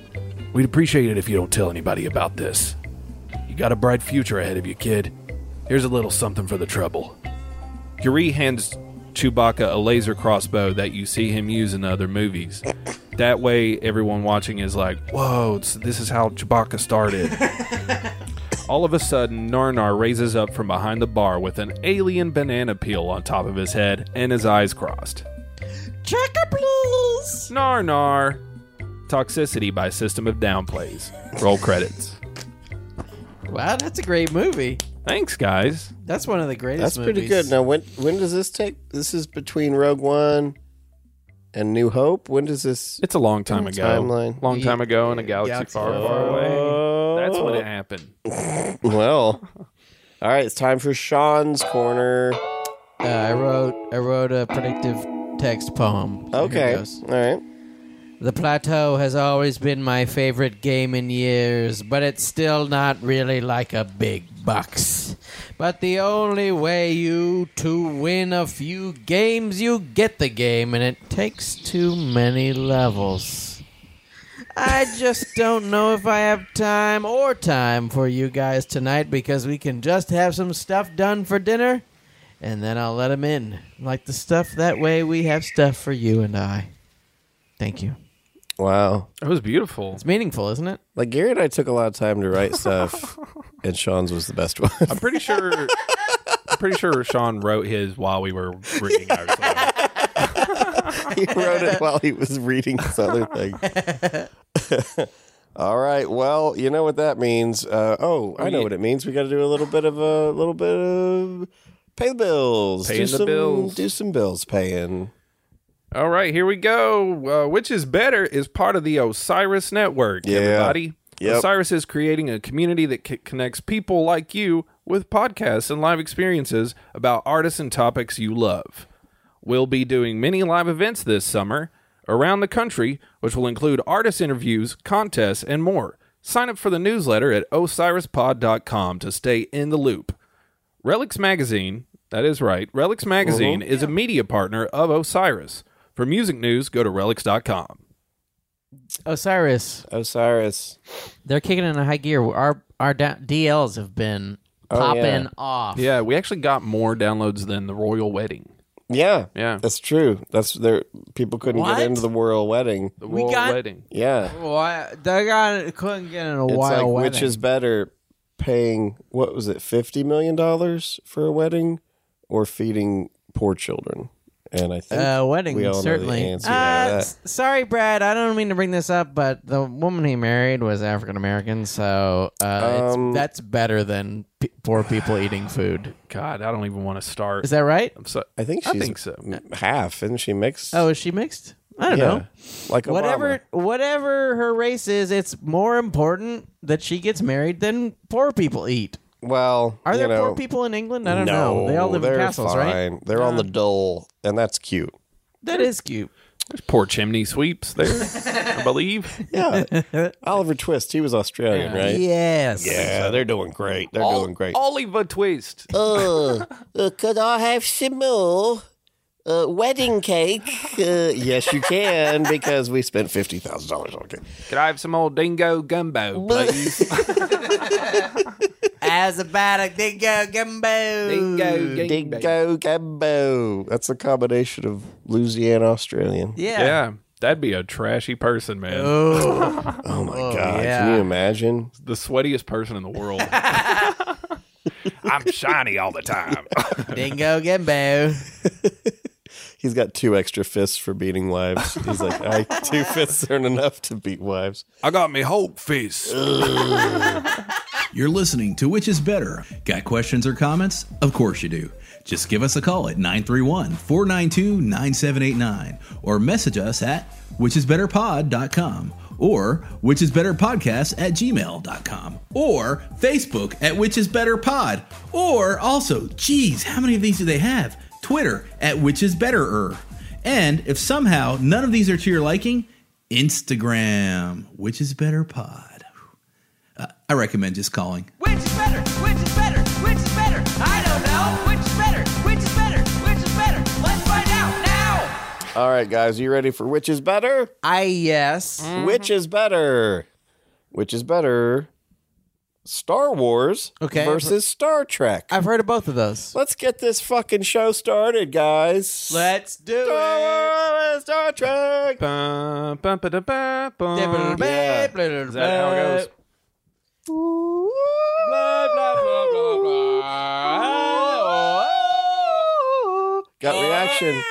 Speaker 6: we'd appreciate it if you don't tell anybody about this. You got a bright future ahead of you, kid. Here's a little something for the trouble. Guri hands Chewbacca a laser crossbow that you see him use in other movies. That way, everyone watching is like, whoa, it's- this is how Chewbacca started. All of a sudden, Narnar raises up from behind the bar with an alien banana peel on top of his head and his eyes crossed.
Speaker 4: Check it, please.
Speaker 6: Narnar! Toxicity by System of Down plays. Roll credits.
Speaker 4: Wow, that's a great movie.
Speaker 6: Thanks, guys.
Speaker 4: That's one of the greatest.
Speaker 5: that's pretty
Speaker 4: movies.
Speaker 5: good. Now, when when does this take? This is between Rogue One and New Hope. When does this?
Speaker 6: It's a long time ago.
Speaker 5: Timeline.
Speaker 6: Long time ago in a galaxy,
Speaker 4: Galaxy
Speaker 6: far,
Speaker 4: far,
Speaker 6: far away. That's when it happened.
Speaker 5: Oh, Well, all right. It's time for Sean's corner.
Speaker 4: Uh, I wrote I wrote a predictive text poem. So here
Speaker 5: Okay.
Speaker 4: goes.
Speaker 5: All right.
Speaker 4: The plateau has always been my favorite game in years, but it's still not really like a big bucks. But the only way you to win a few games, you get the game, and it takes too many levels. I just don't know if I have time or time for you guys tonight because we can just have some stuff done for dinner, and then I'll let 'em in. Like the stuff that way we have stuff for you and I. Thank you.
Speaker 5: Wow.
Speaker 6: It was beautiful.
Speaker 4: It's meaningful, isn't it?
Speaker 5: Like Gary and I took a lot of time to write stuff, and Sean's was the best one.
Speaker 6: I'm pretty sure. I'm pretty sure Sean wrote his while we were reading ours.
Speaker 5: he wrote it while he was reading this other thing. All right. Well, you know what that means. Uh, oh, I know what it means. We got to do a little bit of a little bit of pay the bills.
Speaker 6: Paying
Speaker 5: do
Speaker 6: the
Speaker 5: some,
Speaker 6: bills.
Speaker 5: Do some bills paying.
Speaker 6: All right, here we go. Uh, Which is Better is part of the Osiris Network,
Speaker 5: Yeah.
Speaker 6: everybody.
Speaker 5: Yep.
Speaker 6: Osiris is creating a community that c- connects people like you with podcasts and live experiences about artists and topics you love. We'll be doing many live events this summer around the country, which will include artist interviews, contests, and more. Sign up for the newsletter at osirispod.com to stay in the loop. Relics Magazine, that is right. Relics Magazine is a media partner of Osiris. For music news, go to relics.com.
Speaker 4: Osiris,
Speaker 5: Osiris.
Speaker 4: they're kicking in a high gear. Our our da- DLs have been popping
Speaker 5: Oh, yeah.
Speaker 4: off.
Speaker 6: Yeah, we actually got more downloads than the royal wedding.
Speaker 5: Yeah.
Speaker 6: Yeah.
Speaker 5: That's true. That's there. People couldn't
Speaker 4: What?
Speaker 5: get into the royal wedding.
Speaker 6: The
Speaker 4: We
Speaker 6: royal
Speaker 4: got-
Speaker 6: wedding.
Speaker 5: Yeah.
Speaker 4: Why they got couldn't get in a
Speaker 5: It's
Speaker 4: wild
Speaker 5: like
Speaker 4: wedding.
Speaker 5: which is better, paying what was it, fifty million dollars for a wedding, or feeding poor children? And I think
Speaker 4: uh, wedding
Speaker 5: we all know the
Speaker 4: certainly.
Speaker 5: answer
Speaker 4: uh,
Speaker 5: to that.
Speaker 4: s- sorry, Brad. I don't mean to bring this up, but the woman he married was African American, so uh,
Speaker 5: Um,
Speaker 4: it's, that's better than p- poor people eating food.
Speaker 6: God, I don't even want to start.
Speaker 4: Is that right?
Speaker 6: I'm so,
Speaker 5: I think
Speaker 6: I
Speaker 5: she's
Speaker 6: think so.
Speaker 5: m- half, isn't she mixed?
Speaker 4: Oh, is she mixed? I don't
Speaker 5: yeah,
Speaker 4: know.
Speaker 5: like
Speaker 4: Whatever, whatever her race is, it's more important that she gets married than poor people eat.
Speaker 5: Obama. Well,
Speaker 4: Are
Speaker 5: you
Speaker 4: there
Speaker 5: know,
Speaker 4: poor people in England? I don't
Speaker 5: no,
Speaker 4: know. They all live in
Speaker 5: they're
Speaker 4: castles, right? Uh.
Speaker 5: fine. They're on the dole, and that's cute.
Speaker 4: That is cute.
Speaker 6: There's poor chimney sweeps there, I believe.
Speaker 5: Yeah, Oliver Twist, he was Australian, right?
Speaker 4: Yes.
Speaker 5: Yeah, they're doing great. They're doing great.
Speaker 6: Oliver Twist.
Speaker 5: Oh, uh, could I have some more uh, wedding cake? Uh, yes, you can because we spent fifty thousand dollars on cake.
Speaker 6: Could I have some old dingo gumbo, please?
Speaker 4: As about a dingo gumbo.
Speaker 6: dingo gumbo.
Speaker 5: Dingo gumbo. That's a combination of Louisiana Australian.
Speaker 4: Yeah.
Speaker 6: Yeah, that'd be a trashy person, man.
Speaker 4: Oh,
Speaker 5: Oh my god! Can
Speaker 4: yeah.
Speaker 5: you imagine?
Speaker 6: the sweatiest person in the world. I'm shiny all the time.
Speaker 4: dingo gumbo.
Speaker 5: He's got two extra fists for beating wives. He's like, I two fists aren't enough to beat wives.
Speaker 6: I got me whole fist.
Speaker 3: You're listening to Which is Better. Got questions or comments? Of course you do. Just give us a call at 931 492 9789 or message us at whichisbetterpod.com or whichisbetterpodcast at gmail.com or Facebook at whichisbetterpod or also, geez, how many of these do they have? Twitter at whichisbetterer. And if somehow none of these are to your liking, Instagram, which is better pod. I recommend just calling.
Speaker 10: Which is better? Which is better? Which is better? I don't know. Which is better? Which is better? Which is better? Let's find out now.
Speaker 5: All right, guys, you ready for which is better?
Speaker 4: I yes.
Speaker 5: Which is better? Which is better? Star Wars
Speaker 4: Okay.
Speaker 5: versus Star Trek.
Speaker 4: I've heard of both of those.
Speaker 5: Let's get this fucking show started, guys.
Speaker 4: Let's do it.
Speaker 5: Star Wars, Star Trek.
Speaker 6: Bum, bum, ba, da, ba, bum.
Speaker 5: Yeah.
Speaker 6: Is that how it goes?
Speaker 5: Got reaction.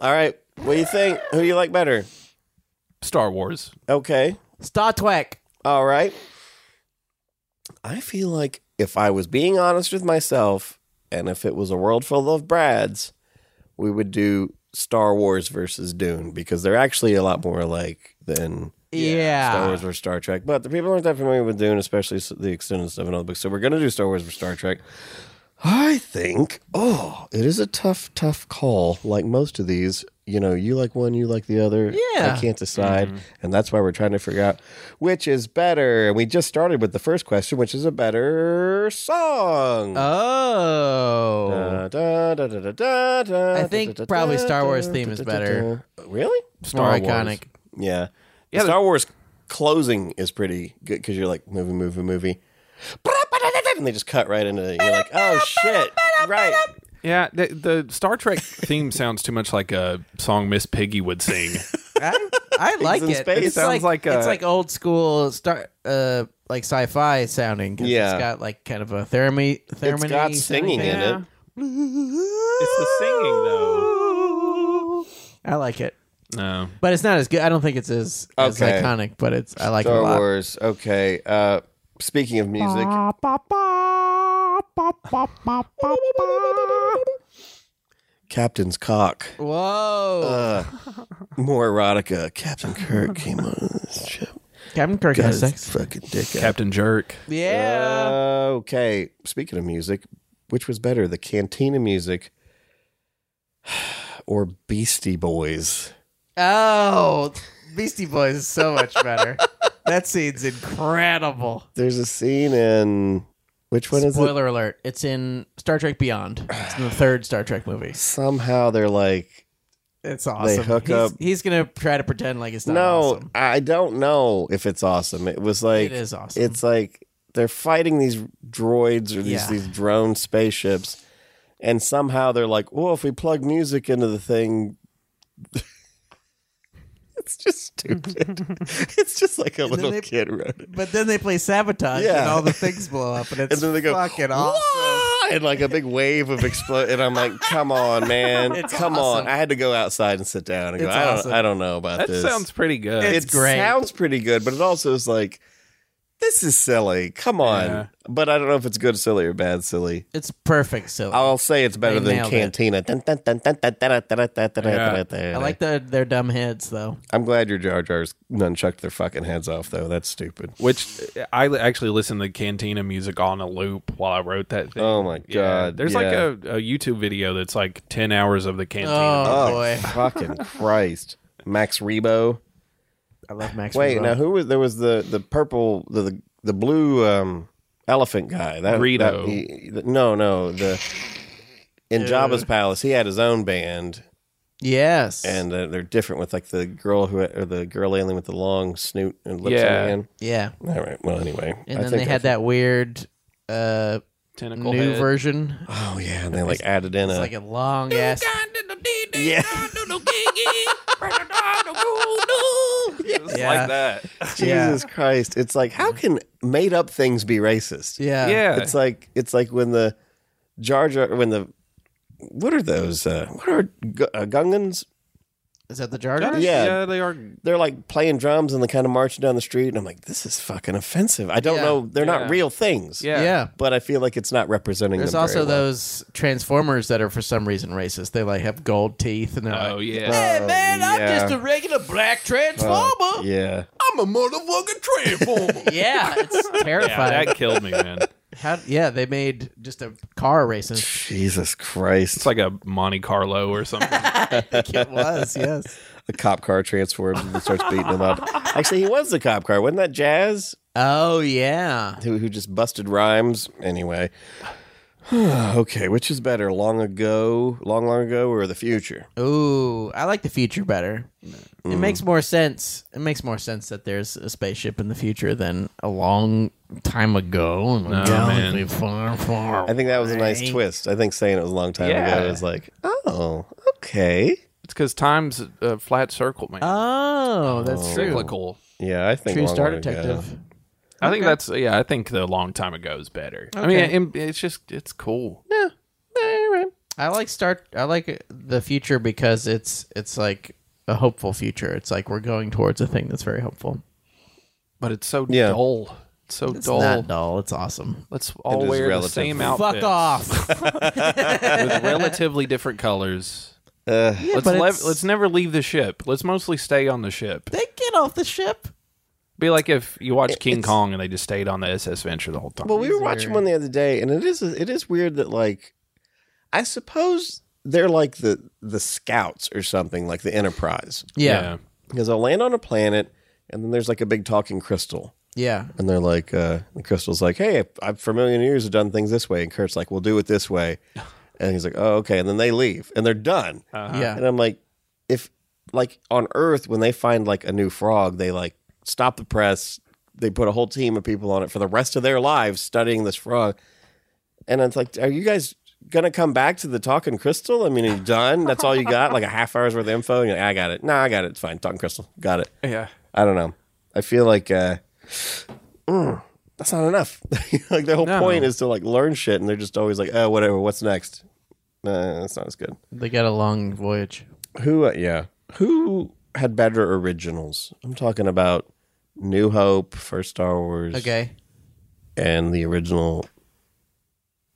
Speaker 5: All right, what do you think? Who do you like better?
Speaker 6: Star Wars.
Speaker 5: Okay,
Speaker 4: Star Trek.
Speaker 5: all right. I feel like if I was being honest with myself, and if it was a world full of Brads, we would do Star Wars versus Dune because they're actually a lot more alike than
Speaker 4: Yeah.
Speaker 5: Star Wars versus Star Trek. But the people aren't that familiar with Dune, especially s- the extended stuff and all the books. So we're gonna do Star Wars versus Star Trek. I think. Oh, it is a tough, tough call. Like most of these, you know, you like one, you like the other.
Speaker 4: Yeah.
Speaker 5: I can't decide, and that's why we're trying to figure out which is better. And we just started with the first question, which is a better song.
Speaker 4: Uh,
Speaker 5: Da,
Speaker 4: Oh.
Speaker 5: da, da, da, da, da, da,
Speaker 4: I
Speaker 5: da,
Speaker 4: think
Speaker 5: da,
Speaker 4: probably
Speaker 5: da,
Speaker 4: Star Wars
Speaker 5: da,
Speaker 4: theme
Speaker 5: da,
Speaker 4: is
Speaker 5: da, da,
Speaker 4: better.
Speaker 5: da. Really?
Speaker 4: it's more iconic.
Speaker 5: Yeah.
Speaker 6: Yeah,
Speaker 5: The Star Wars closing is pretty good because you're like movie, movie, movie, and they just cut right into it. You're like, oh shit, right?
Speaker 6: Yeah, the, the Star Trek theme sounds too much like a song Miss Piggy would sing.
Speaker 4: I, I like
Speaker 5: in
Speaker 4: it.
Speaker 5: space.
Speaker 4: It's
Speaker 5: It
Speaker 6: sounds
Speaker 4: like,
Speaker 6: like uh, a-
Speaker 4: it's like old school star, uh, like sci-fi sounding. 'cause
Speaker 5: Yeah.
Speaker 4: it's got like kind of a thermi, thermony.
Speaker 5: It's got
Speaker 4: sounding
Speaker 5: singing
Speaker 4: thing.
Speaker 5: in it.
Speaker 6: It's the singing though.
Speaker 4: I like it,
Speaker 6: No,
Speaker 4: but it's not as good. I don't think it's as, as
Speaker 5: Okay.
Speaker 4: iconic, but it's I like it a
Speaker 5: Star
Speaker 4: lot.
Speaker 5: Wars. Okay. Uh, speaking of music, Captain's cock.
Speaker 4: Whoa,
Speaker 5: Uh, more erotica. Captain Kirk came on this ship.
Speaker 4: Captain Kirk
Speaker 5: Got
Speaker 4: has
Speaker 5: his
Speaker 4: sex.
Speaker 5: fucking dick out.
Speaker 6: Captain Jerk. Uh,
Speaker 4: Yeah,
Speaker 5: okay. Speaking of music, which was better, the Cantina music or Beastie Boys?
Speaker 4: Oh, Beastie Boys is so much better. that scene's incredible.
Speaker 5: There's a scene in which one is it?
Speaker 4: Spoiler alert! It's in Star Trek Beyond. It's in the third Star Trek movie.
Speaker 5: Somehow they're like,
Speaker 4: It's awesome.
Speaker 5: hook
Speaker 4: he's,
Speaker 5: up.
Speaker 4: he's gonna try to pretend like it's not
Speaker 5: no,
Speaker 4: awesome.
Speaker 5: I don't know if it's awesome. It was like
Speaker 4: It is awesome.
Speaker 5: It's like they're fighting these droids or these
Speaker 4: Yeah.
Speaker 5: these drone spaceships, and somehow they're like, well, if we plug music into the thing. It's just stupid. it's just like a
Speaker 4: then
Speaker 5: little
Speaker 4: they-
Speaker 5: kid wrote it.
Speaker 4: But then they play sabotage, and
Speaker 5: Yeah.
Speaker 4: all the things blow up, and it's
Speaker 5: and then they go
Speaker 4: fucking awesome.
Speaker 5: "Wah!" and like a big wave of explode and i'm like come on man
Speaker 4: It's
Speaker 5: come
Speaker 4: awesome.
Speaker 5: on i had to go outside and sit down and go
Speaker 4: It's
Speaker 5: I, don't,
Speaker 4: awesome.
Speaker 5: I don't know about
Speaker 6: That
Speaker 5: this
Speaker 6: sounds pretty good.
Speaker 5: it
Speaker 4: It's great.
Speaker 5: sounds pretty good but it also is like this is silly come on
Speaker 6: Yeah.
Speaker 5: but i don't know if it's good silly or bad silly
Speaker 4: It's perfect, silly.
Speaker 5: i'll say it's better than
Speaker 4: They nailed it.
Speaker 5: cantina Dun, dun, dun, dun, dun, dun, dun, dun, dun, dun,
Speaker 6: Yeah.
Speaker 5: dun, dun.
Speaker 4: I like the, their dumb heads, though.
Speaker 5: i'm glad your jar jars nunchucked their fucking heads off though that's stupid
Speaker 6: Which uh, I li- actually listened to Cantina music on a loop while I wrote that thing.
Speaker 5: Oh my
Speaker 6: Yeah,
Speaker 5: God,
Speaker 6: There's like
Speaker 5: yeah.
Speaker 6: a, a YouTube video that's like ten hours of the Cantina.
Speaker 4: Oh,
Speaker 5: oh
Speaker 4: boy,
Speaker 5: fucking christ max rebo
Speaker 4: I love Max.
Speaker 5: Wait,
Speaker 4: Rebo.
Speaker 5: now who was there was the the purple the the, the blue um, elephant guy that
Speaker 6: Greedo.
Speaker 5: that- he- the- no, no, the in Jabba's palace he had his own band
Speaker 4: Yes,
Speaker 5: and uh, they're different with like the girl who or the girl alien with the long snoot and lips on
Speaker 6: Yeah.
Speaker 5: the end.
Speaker 4: yeah,
Speaker 5: All right, well anyway,
Speaker 4: and
Speaker 5: I
Speaker 4: then
Speaker 5: think
Speaker 4: they
Speaker 5: that's-
Speaker 4: had that weird uh,
Speaker 6: Tentacle
Speaker 4: new
Speaker 6: head.
Speaker 4: version.
Speaker 5: Oh yeah, and they like added in
Speaker 4: It's
Speaker 5: a
Speaker 4: like a long ass.
Speaker 5: yeah,
Speaker 4: Yeah.
Speaker 6: like that.
Speaker 4: Yeah.
Speaker 5: Jesus Christ! It's like how can made up things be racist?
Speaker 4: Yeah,
Speaker 6: yeah,
Speaker 5: It's like it's like when the Jar Jar when the what are those? Uh, what are Gu- uh, Gungans?
Speaker 4: Is that the Jar Jar?
Speaker 5: yeah.
Speaker 6: they are.
Speaker 5: They're like playing drums and they kind of marching down the street, and I'm like, this is fucking offensive. I don't
Speaker 4: Yeah.
Speaker 5: know. They're
Speaker 6: Yeah.
Speaker 5: not real things.
Speaker 6: Yeah.
Speaker 4: yeah.
Speaker 5: But I feel like it's not representing.
Speaker 4: There's
Speaker 5: them
Speaker 4: also
Speaker 5: very well.
Speaker 4: those Transformers that are for some reason racist. They like have gold teeth and they're
Speaker 6: Oh
Speaker 4: like,
Speaker 6: yeah.
Speaker 4: "Hey man, I'm
Speaker 5: yeah. Oh,
Speaker 4: just a regular black Transformer.
Speaker 5: Yeah.
Speaker 4: I'm a motherfucking Transformer. yeah, it's
Speaker 6: yeah,
Speaker 4: terrifying.
Speaker 6: that killed me, man.
Speaker 4: How, yeah, they made just a car racist.
Speaker 5: Jesus Christ!
Speaker 6: It's like a Monte Carlo or something.
Speaker 4: It was yes.
Speaker 5: a cop car transforms and starts beating him up. Actually, he was the cop car. Wasn't that Jazz
Speaker 4: Oh yeah.
Speaker 5: who who just busted rhymes anyway? okay, which is better, long ago, long long ago, or the future?
Speaker 4: Ooh, I like the future better. It makes more sense. It makes more sense that there's a spaceship in the future than a long time ago. in a galaxy far, far
Speaker 5: I think that was a nice
Speaker 4: away.
Speaker 5: twist. I think saying it was a long time ago
Speaker 6: Yeah.
Speaker 5: was like, oh, okay.
Speaker 6: It's because time's a flat circle, man.
Speaker 4: Oh, that's true.
Speaker 6: Cyclical.
Speaker 5: Yeah, I think
Speaker 4: True
Speaker 5: long,
Speaker 4: Star
Speaker 5: long ago.
Speaker 4: Detective.
Speaker 6: I think that's yeah. I think the long time ago is better. I mean, it- it's just it's cool.
Speaker 4: I like start. I like the future because it's it's like a hopeful future. It's like we're going towards a thing that's very hopeful.
Speaker 6: but it's so
Speaker 5: Yeah.
Speaker 6: dull. It's so
Speaker 4: It's
Speaker 6: dull.
Speaker 4: not dull. It's awesome.
Speaker 6: Let's all
Speaker 5: is
Speaker 6: wear the
Speaker 5: relative.
Speaker 6: same outfit.
Speaker 4: Fuck off.
Speaker 6: with relatively different colors. let's
Speaker 4: but
Speaker 6: lev-
Speaker 4: it's-
Speaker 6: let's never leave the ship. Let's mostly stay on the ship.
Speaker 4: They get off the ship.
Speaker 6: Be like if you watch King
Speaker 5: it's-
Speaker 6: Kong and they just stayed on the SS Venture the whole time.
Speaker 5: Well, we were watching one the other day, and it is it is weird that like I suppose they're like the the scouts or something, like the Enterprise,
Speaker 4: Yeah.
Speaker 5: because they'll land on a planet, and then there's like a big talking crystal,
Speaker 4: Yeah.
Speaker 5: and they're like, uh, the crystal's like, hey, I, I for a million years have done things this way, and Kurt's like, we'll do it this way, and he's like, oh, okay, and then they leave, and they're done,
Speaker 4: Yeah.
Speaker 5: and I'm like, if like on Earth when they find like a new frog, they like stop the press. They put a whole team of people on it for the rest of their lives studying this frog. And it's like, are you guys gonna come back to the talking crystal? I mean, are you done? That's all you got? Like a half hour's worth of info? And you're like, I got it. No, I got it. It's fine. Talking crystal. Got it.
Speaker 6: yeah.
Speaker 5: I don't know. I feel like uh mm, that's not enough. like the whole
Speaker 6: No.
Speaker 5: point is to like learn shit, and they're just always like, oh, whatever. What's next? Nah, that's not as good.
Speaker 4: They got a long voyage.
Speaker 5: Who? Uh, yeah. Who had better originals? I'm talking about New Hope, first Star Wars,
Speaker 4: Okay.
Speaker 5: and the original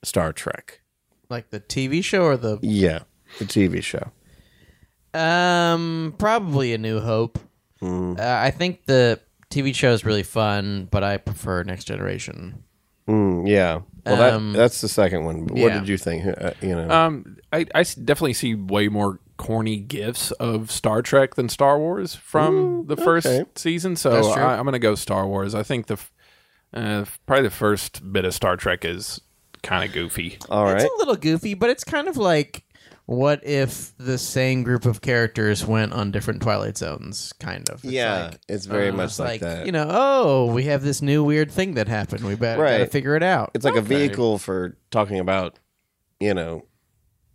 Speaker 5: Star Trek.
Speaker 4: Like the TV show or the
Speaker 5: Yeah, the TV show.
Speaker 4: Um, probably A New Hope.
Speaker 5: Hmm.
Speaker 4: Uh, I think the TV show is really fun, but I prefer Next Generation.
Speaker 5: Mm, yeah. Well,
Speaker 4: Um,
Speaker 5: that that's the second one. But What
Speaker 4: yeah.
Speaker 5: did you think? Uh, you know,
Speaker 6: Um, I, I s- definitely see way more corny gifs of Star Trek than Star Wars from the first
Speaker 5: okay.
Speaker 6: season. So
Speaker 4: That's true.
Speaker 6: I, I'm going to go Star Wars. I think the f- uh, probably the first bit of Star Trek is kind of goofy.
Speaker 5: all
Speaker 4: it's
Speaker 5: right.
Speaker 4: a little goofy, but it's kind of like what if the same group of characters went on different Twilight Zones, kind of. It's
Speaker 5: yeah,
Speaker 4: like-
Speaker 5: it's very much
Speaker 4: it's
Speaker 5: like,
Speaker 4: uh, like,
Speaker 5: that.
Speaker 4: you know, oh, we have this new weird thing that happened. We better gotta
Speaker 5: Right.
Speaker 4: figure it out.
Speaker 5: it's like a vehicle for talking about. You know,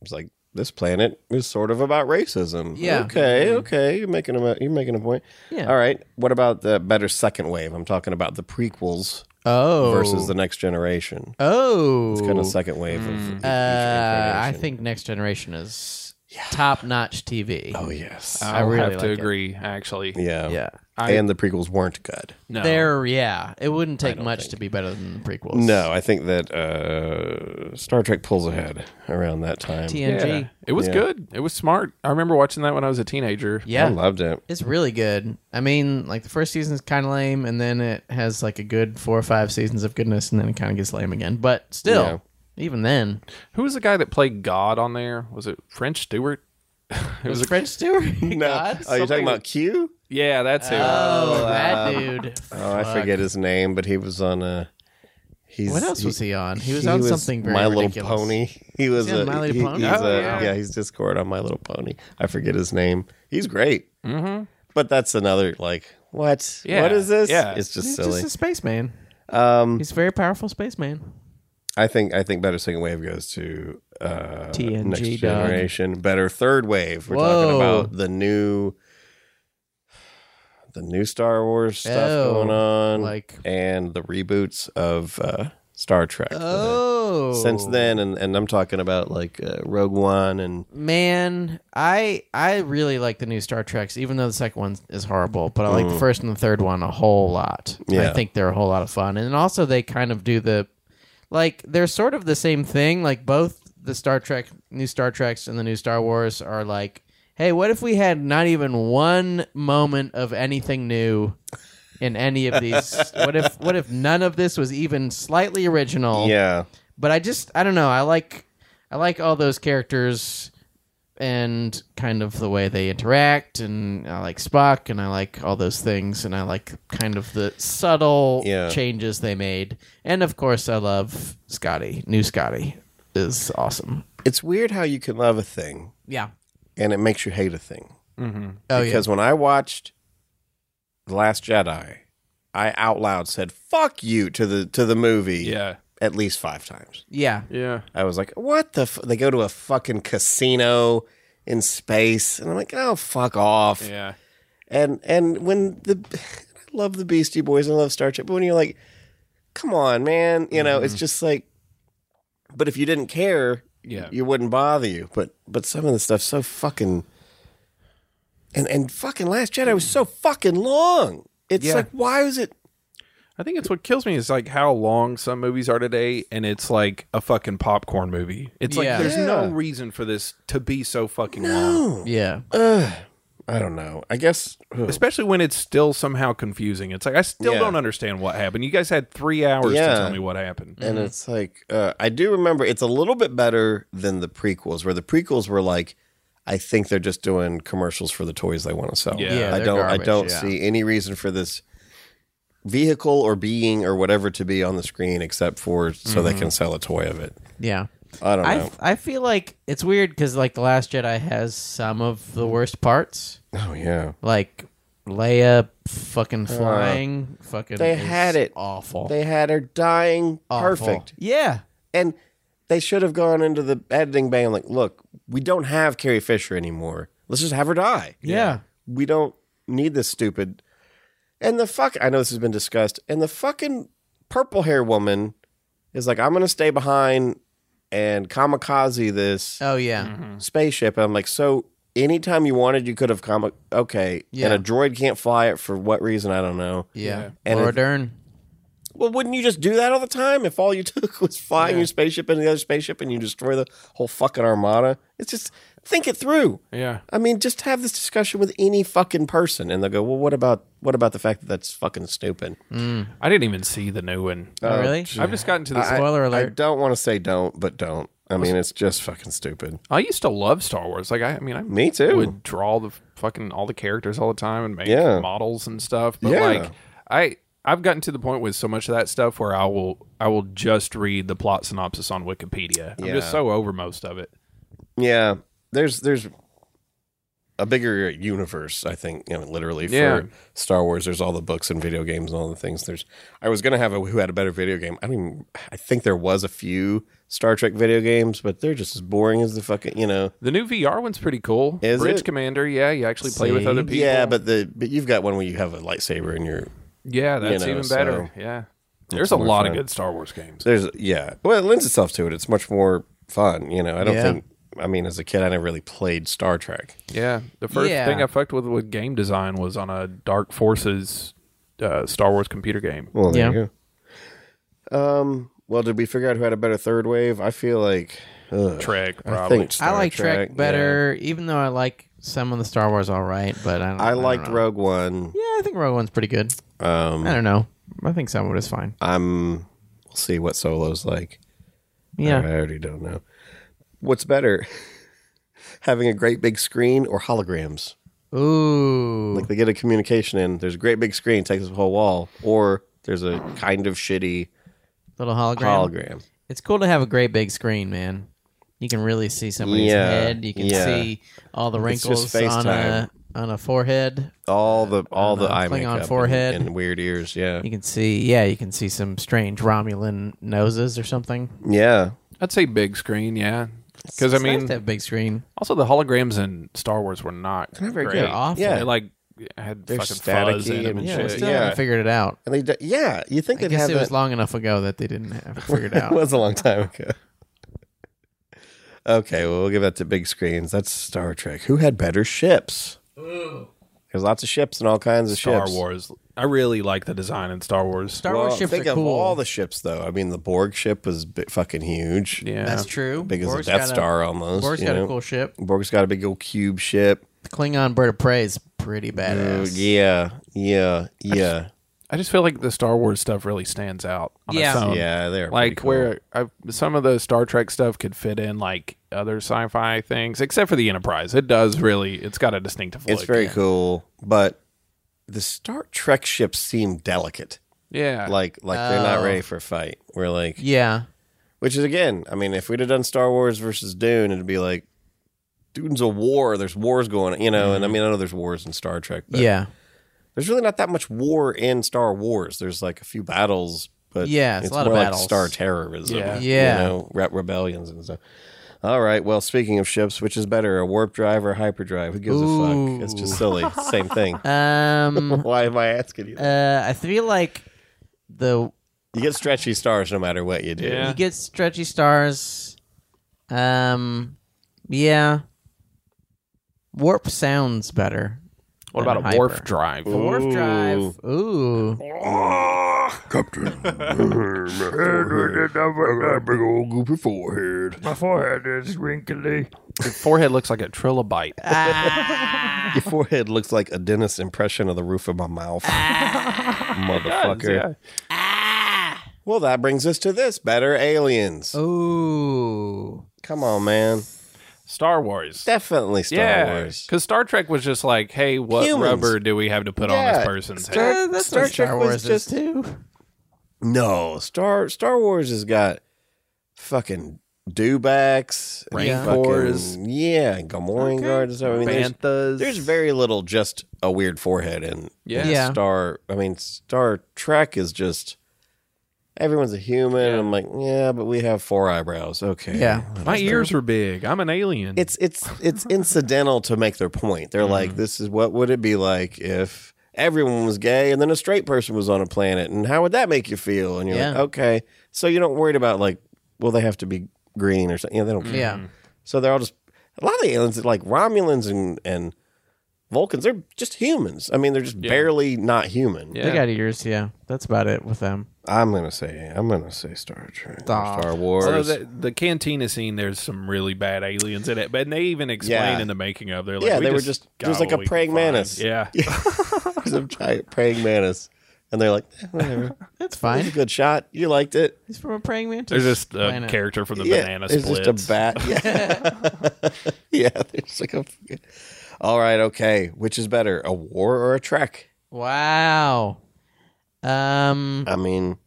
Speaker 5: it's like this planet is sort of about racism.
Speaker 4: Yeah. Mm-hmm.
Speaker 5: Okay. Okay. You're making a you're making a point.
Speaker 4: yeah.
Speaker 5: All right. What about the better second wave? I'm talking about the prequels
Speaker 4: Oh,
Speaker 5: versus the next generation.
Speaker 4: oh,
Speaker 5: It's kind of second wave of each
Speaker 4: Uh, I
Speaker 5: incarnation.
Speaker 4: think Next Generation is top-notch TV.
Speaker 5: Oh yes.
Speaker 6: I will
Speaker 4: really
Speaker 6: have to
Speaker 4: like it.
Speaker 6: agree. Actually,
Speaker 5: yeah.
Speaker 4: Uh, yeah.
Speaker 5: and the prequels weren't good.
Speaker 6: no.
Speaker 4: Oh. There, yeah, it wouldn't take much to be better than the prequels.
Speaker 5: No, I think that uh, Star Trek pulls ahead around that time.
Speaker 4: TNG.
Speaker 6: Yeah. It was
Speaker 5: Yeah.
Speaker 6: good. It was smart. I remember watching that when I was a teenager.
Speaker 4: Yeah,
Speaker 5: I loved it.
Speaker 4: it's really good. I mean, like the first season's kind of lame, and then it has like a good four or five seasons of goodness, and then it kind of gets lame again. But still,
Speaker 5: Yeah.
Speaker 4: even then,
Speaker 6: Who was the guy that played God on there? Was it French Stewart? it
Speaker 4: was
Speaker 6: was a,
Speaker 4: French Stewart.
Speaker 5: No,
Speaker 4: God?
Speaker 5: oh, you're talking about Q?
Speaker 6: yeah, that's who.
Speaker 4: Oh, that dude.
Speaker 5: Oh, I forget his name, but he was on a. He's
Speaker 4: What else was he on? He was on something very
Speaker 5: My
Speaker 4: ridiculous.
Speaker 5: Little Pony. He was
Speaker 4: he on
Speaker 5: a,
Speaker 4: My Little
Speaker 5: he-
Speaker 4: Pony?
Speaker 5: He's
Speaker 6: Oh,
Speaker 5: a, yeah.
Speaker 6: yeah.
Speaker 5: he's Discord on My Little Pony. I forget his name. He's great. Mm-hmm. But that's another like what?
Speaker 6: Yeah,
Speaker 5: What is this?
Speaker 6: yeah.
Speaker 5: it's just
Speaker 4: He's
Speaker 5: silly.
Speaker 4: just a spaceman.
Speaker 5: um,
Speaker 4: He's a very powerful spaceman.
Speaker 5: I think I think better second wave goes to uh,
Speaker 4: TNG,
Speaker 5: next
Speaker 4: dog.
Speaker 5: generation. Better third wave. We're
Speaker 4: Whoa.
Speaker 5: talking about the new. The new Star Wars stuff
Speaker 4: Oh,
Speaker 5: going on,
Speaker 4: like-
Speaker 5: and the reboots of uh, Star Trek. uh,
Speaker 4: Oh,
Speaker 5: since then and, and i'm talking about like uh, rogue one and
Speaker 4: man, I I really like the new Star Treks, even though the second one is horrible. But I like the first and the third one a whole lot. I
Speaker 5: Yeah.
Speaker 4: think they're a whole lot of fun, and also they kind of do the like they're sort of the same thing. Like both the Star Trek, new Star Treks, and the new Star Wars are like, hey, what if we had not even one moment of anything new? In any of these, what if what if none of this was even slightly original?
Speaker 5: yeah
Speaker 4: but I just I don't know. I like I like all those characters and kind of the way they interact and I like Spock and I like all those things and I like kind of the subtle
Speaker 5: Yeah.
Speaker 4: changes they made. And of course I love Scotty. New Scotty is awesome.
Speaker 5: it's weird how you can love a thing
Speaker 4: Yeah.
Speaker 5: and it makes you hate a thing
Speaker 6: Mm-hmm.
Speaker 4: Oh
Speaker 5: because when i watched the last jedi i out loud said fuck you to the to the movie
Speaker 6: yeah,
Speaker 5: at least five times
Speaker 4: yeah.
Speaker 6: yeah.
Speaker 5: i was like what the f-? they go to a fucking casino in space and i'm like oh fuck off
Speaker 6: Yeah.
Speaker 5: And and when the I love the Beastie Boys and I love Star Trek, but when you're like, come on, man, you know,
Speaker 6: Mm-hmm.
Speaker 5: it's just like. But if you didn't care,
Speaker 6: Yeah.
Speaker 5: you wouldn't bother you. But but some of the stuff's so fucking. And and fucking Last Jedi was so fucking long. It's
Speaker 6: Yeah.
Speaker 5: like why was it?
Speaker 6: I think it's what kills me is like how long some movies are today, and it's like a fucking popcorn movie. It's
Speaker 4: Yeah.
Speaker 6: like there's no
Speaker 5: Yeah.
Speaker 6: reason for this to be so fucking
Speaker 5: No.
Speaker 6: long,
Speaker 4: Yeah.
Speaker 5: I don't know. I guess. ugh.
Speaker 6: especially when it's still somehow confusing. It's like I still
Speaker 5: Yeah.
Speaker 6: don't understand what happened. You guys had three hours to
Speaker 5: Yeah.
Speaker 6: tell me what happened.
Speaker 5: and it's like uh, I do remember it's a little bit better than the prequels, where the prequels were like, I think they're just doing commercials for the toys they want to sell.
Speaker 6: Yeah. Yeah,
Speaker 5: I
Speaker 4: they're
Speaker 5: don't, I
Speaker 4: garbage,
Speaker 5: don't
Speaker 4: yeah.
Speaker 5: see any reason for this vehicle or being or whatever to be on the screen except for so they can sell a toy of it.
Speaker 4: Yeah.
Speaker 5: Mm-hmm. I don't
Speaker 4: I,
Speaker 5: know.
Speaker 4: f- I feel like it's weird because like the Last Jedi has some of the worst parts,
Speaker 5: oh yeah,
Speaker 4: like Leia fucking flying, fucking.
Speaker 5: Uh, they
Speaker 4: is
Speaker 5: had it.
Speaker 4: awful.
Speaker 5: they had her dying
Speaker 4: Awful.
Speaker 5: perfect.
Speaker 4: Yeah,
Speaker 5: And they should have gone into the editing bay and like, look, we don't have Carrie Fisher anymore. Let's just have her die.
Speaker 4: Yeah.
Speaker 5: We don't need this stupid. And the fuck, I know this has been discussed. And the fucking purple hair woman is like, I'm going to stay behind and kamikaze this
Speaker 4: Oh yeah.
Speaker 5: spaceship. And I'm like, so anytime you wanted, you could have come. Okay.
Speaker 4: Yeah.
Speaker 5: And a droid can't fly it for what reason? I don't know.
Speaker 4: Yeah.
Speaker 5: And
Speaker 4: Laura
Speaker 5: it-
Speaker 4: Dern.
Speaker 5: Well, wouldn't you just do that all the time if all you took was flying your spaceship into the other spaceship and you destroy the whole fucking armada? It's just think it through.
Speaker 6: Yeah.
Speaker 5: I mean, just have this discussion with any fucking person, and they'll go, "Well, what about what about the fact that that's fucking stupid?"
Speaker 6: I didn't even see the new one.
Speaker 4: Oh, really?
Speaker 6: I've just gotten to this. I,
Speaker 4: Spoiler
Speaker 5: I
Speaker 4: alert.
Speaker 5: don't want to say don't, but don't. I mean, it's just fucking stupid.
Speaker 6: used to love Star Wars. Like I, I mean, I
Speaker 5: Me too.
Speaker 6: Would draw the fucking all the characters all the time and make
Speaker 5: Yeah.
Speaker 6: models and stuff. But
Speaker 5: Yeah.
Speaker 6: like I. I've gotten to the point with so much of that stuff where I will I will just read the plot synopsis on Wikipedia. I'm
Speaker 5: Yeah.
Speaker 6: just so over most of it.
Speaker 5: Yeah, there's there's a bigger universe, I think, you know, literally for
Speaker 6: Yeah.
Speaker 5: Star Wars. There's all the books and video games and all the things. There's I was gonna have a who had a better video game. I don't even I think there was a few Star Trek video games, but they're just as boring as the fucking you know.
Speaker 6: The new VR one's pretty cool.
Speaker 5: Is
Speaker 6: Bridge
Speaker 5: it?
Speaker 6: Commander, yeah, you actually play with
Speaker 4: See?
Speaker 6: other people.
Speaker 5: Yeah, but the but you've got one where you have a lightsaber and you're
Speaker 6: yeah, that's
Speaker 5: know,
Speaker 6: even better.
Speaker 5: so
Speaker 6: yeah, there's a
Speaker 5: more
Speaker 6: lot of
Speaker 5: fun.
Speaker 6: good Star Wars games.
Speaker 5: there's yeah. Well, it lends itself to it. It's much more fun, you know. I don't
Speaker 4: Yeah.
Speaker 5: think I mean, as a kid, I never really played Star Trek.
Speaker 6: Yeah, the first
Speaker 4: Yeah.
Speaker 6: thing I fucked with with game design was on a Dark Forces uh, Star Wars computer game.
Speaker 5: Well, there
Speaker 4: Yeah.
Speaker 5: you go. Um. Well, did we figure out who had a better third wave? I feel like ugh,
Speaker 6: Trek,
Speaker 5: I
Speaker 6: probably.
Speaker 5: think Star
Speaker 4: I like
Speaker 5: Trek,
Speaker 4: Trek, better, even though I like some of the Star Wars all right, but I don't,
Speaker 5: yeah. I
Speaker 4: don't
Speaker 5: liked
Speaker 4: know.
Speaker 5: Rogue One.
Speaker 4: Yeah, I think Rogue One's pretty good. I
Speaker 5: Um.
Speaker 4: don't know. I think some of it is fine.
Speaker 5: I'm. We'll see what Solo's like.
Speaker 4: Yeah.
Speaker 5: I already don't know. What's better, having a great big screen or holograms?
Speaker 4: Ooh.
Speaker 5: Like they get a communication in. There's a great big screen takes up the whole wall, or there's a kind of shitty
Speaker 4: little hologram.
Speaker 5: hologram.
Speaker 4: It's cool to have a great big screen, man. You can really see somebody's
Speaker 5: Yeah,
Speaker 4: head. You can
Speaker 5: yeah.
Speaker 4: see all the
Speaker 5: It's just
Speaker 4: wrinkles on a
Speaker 5: FaceTime.
Speaker 4: on a forehead.
Speaker 5: All the all the
Speaker 4: know,
Speaker 5: eye
Speaker 4: Klingon
Speaker 5: makeup and-
Speaker 4: forehead.
Speaker 5: and, weird ears. Yeah,
Speaker 4: You can see, yeah, you can see some strange Romulan noses or something.
Speaker 5: yeah.
Speaker 6: I'd say big screen, yeah, because I
Speaker 4: It's nice
Speaker 6: mean,
Speaker 4: to have big screen.
Speaker 6: also the holograms in Star Wars were not very
Speaker 4: They're awful.
Speaker 5: Yeah.
Speaker 6: They like had
Speaker 5: They're
Speaker 6: fucking fuzz
Speaker 5: staticky
Speaker 6: in them and
Speaker 5: and
Speaker 4: yeah,
Speaker 5: shit.
Speaker 4: we
Speaker 6: shit.
Speaker 4: still
Speaker 5: yeah.
Speaker 4: haven't figured it out.
Speaker 5: And they, d- yeah, you think
Speaker 4: I
Speaker 5: they'd
Speaker 4: guess
Speaker 5: have
Speaker 4: it was
Speaker 5: that-
Speaker 4: long enough ago that they didn't have it figured out.
Speaker 5: it was a long time ago. okay, well, we'll give that to big screens. That's Star Trek. Who had better ships? There's lots of ships and all kinds of
Speaker 6: Star
Speaker 5: ships.
Speaker 6: Wars. I really like the design in Star Wars.
Speaker 4: Star
Speaker 5: Well,
Speaker 4: Wars ships
Speaker 5: think
Speaker 4: are
Speaker 5: of
Speaker 4: cool.
Speaker 5: all the ships, though. I mean, the Borg ship was bi- fucking huge.
Speaker 6: yeah,
Speaker 4: That's true.
Speaker 5: Big as
Speaker 4: Borg's
Speaker 5: a Death
Speaker 4: got
Speaker 5: Star almost.
Speaker 4: Borg's
Speaker 5: you
Speaker 4: got
Speaker 5: know?
Speaker 4: a cool ship.
Speaker 5: Borg's got a big old cube ship.
Speaker 4: The Klingon bird of prey is pretty
Speaker 5: Oh,
Speaker 4: badass.
Speaker 5: yeah, yeah, yeah.
Speaker 6: I just feel like the Star Wars stuff really stands out on
Speaker 4: Yeah.
Speaker 6: its own.
Speaker 5: yeah, they're
Speaker 6: Um, Like
Speaker 5: pretty cool.
Speaker 6: where I, some of the Star Trek stuff could fit in like other sci-fi things, except for the Enterprise. It does really. It's got a distinctive.
Speaker 5: it's
Speaker 6: look.
Speaker 5: very cool, but the Star Trek ships seem delicate.
Speaker 6: Yeah.
Speaker 5: Like, like they're not
Speaker 4: Oh.
Speaker 5: ready for a fight. We're like,
Speaker 4: Yeah.
Speaker 5: Which is again, I mean, if we'd have done Star Wars versus Dune, it'd be like Dune's a war. There's wars going, on, you know. And I mean, I know there's wars in Star Trek, but
Speaker 4: yeah.
Speaker 5: there's really not that much war in Star Wars. There's like a few battles, but
Speaker 4: Yeah, it's a lot of
Speaker 5: more like
Speaker 4: battles.
Speaker 5: Star terrorism,
Speaker 6: Yeah.
Speaker 5: you
Speaker 4: Yeah.
Speaker 5: know, re- rebellions and stuff. All right. Well, speaking of ships, which is better, a warp drive or a hyperdrive? Who gives a
Speaker 4: Ooh.
Speaker 5: fuck? It's just silly. Same thing.
Speaker 4: Um.
Speaker 5: Why am I asking you? that?
Speaker 4: uh, I feel like the
Speaker 5: You get stretchy stars no matter what you do.
Speaker 6: Yeah.
Speaker 4: you get stretchy stars. Um. Yeah. Warp sounds better.
Speaker 6: what
Speaker 4: than
Speaker 6: about a wharf
Speaker 4: hyper.
Speaker 6: drive?
Speaker 4: Warp drive. Ooh.
Speaker 2: Captain. I got a big old goopy forehead.
Speaker 11: My forehead is wrinkly.
Speaker 6: Your forehead looks like a trilobite.
Speaker 4: Ah.
Speaker 5: Your forehead looks like a dentist impression of the roof of my mouth. Motherfucker. Well, that brings us to this better
Speaker 4: Oh.
Speaker 5: aliens.
Speaker 4: Ooh.
Speaker 5: Come on, man.
Speaker 6: Star Wars.
Speaker 5: Definitely Star
Speaker 6: yeah,
Speaker 5: Wars.
Speaker 6: because Star Trek was just like, hey, what
Speaker 5: Humans.
Speaker 6: rubber do we have to put on
Speaker 5: Yeah,
Speaker 6: this person's head?
Speaker 4: Eh,
Speaker 5: Star- Star Trek was just-
Speaker 4: too.
Speaker 5: No, Star Star Wars has got fucking dewbacks, and
Speaker 6: Yeah.
Speaker 5: fucking- yeah, and Gamorrean guards and stuff. I mean, there's,
Speaker 6: Banthas.
Speaker 5: there's very little just a weird forehead in
Speaker 6: Yeah.
Speaker 5: in
Speaker 4: Yeah.
Speaker 5: Star. I mean, Star Trek is just everyone's a human. and I'm like, yeah, but we have four eyebrows. Okay,
Speaker 4: Yeah.
Speaker 6: my ears are big. I'm an alien.
Speaker 5: it's it's it's incidental to make their point. They're
Speaker 4: Mm-hmm.
Speaker 5: like, this is what would it be like if everyone was gay and then a straight person was on a planet, and how would that make you feel? And you're like,
Speaker 4: Yeah.
Speaker 5: okay, so you don't worry about like, well, they have to be green or something. Yeah, they don't.
Speaker 6: Hmm.
Speaker 5: Care.
Speaker 4: Yeah.
Speaker 5: So they're all just a lot of the aliens, like Romulans and and Vulcans, they're just humans. I mean, they're just barely not human.
Speaker 6: yeah.
Speaker 4: They got ears, yeah. That's about it with them.
Speaker 5: I'm gonna say, I'm gonna say Star Trek, or
Speaker 4: Aw.
Speaker 5: Star Wars.
Speaker 6: so the, the cantina scene, there's some really bad aliens in it, but they even explain
Speaker 5: Yeah.
Speaker 6: in the making of. They're like,
Speaker 5: Yeah,
Speaker 6: we
Speaker 5: they were
Speaker 6: just
Speaker 5: just-
Speaker 6: got
Speaker 5: there's like
Speaker 6: what
Speaker 5: a
Speaker 6: we could
Speaker 5: praying
Speaker 6: find.
Speaker 5: mantis.
Speaker 6: Yeah,
Speaker 5: some giant praying mantis, and they're like, eh, whatever, it's
Speaker 4: That's
Speaker 5: a
Speaker 4: fine.
Speaker 5: good shot. You liked it.
Speaker 4: He's from a praying mantis.
Speaker 6: there's just uh,
Speaker 4: Why
Speaker 6: a
Speaker 4: not?
Speaker 6: character from the banana
Speaker 5: it's
Speaker 6: split.
Speaker 5: just a bat. Yeah, yeah. There's like a. fucking- All right, okay. Which is better, a war or a trek?
Speaker 4: Wow. Um,
Speaker 5: I mean,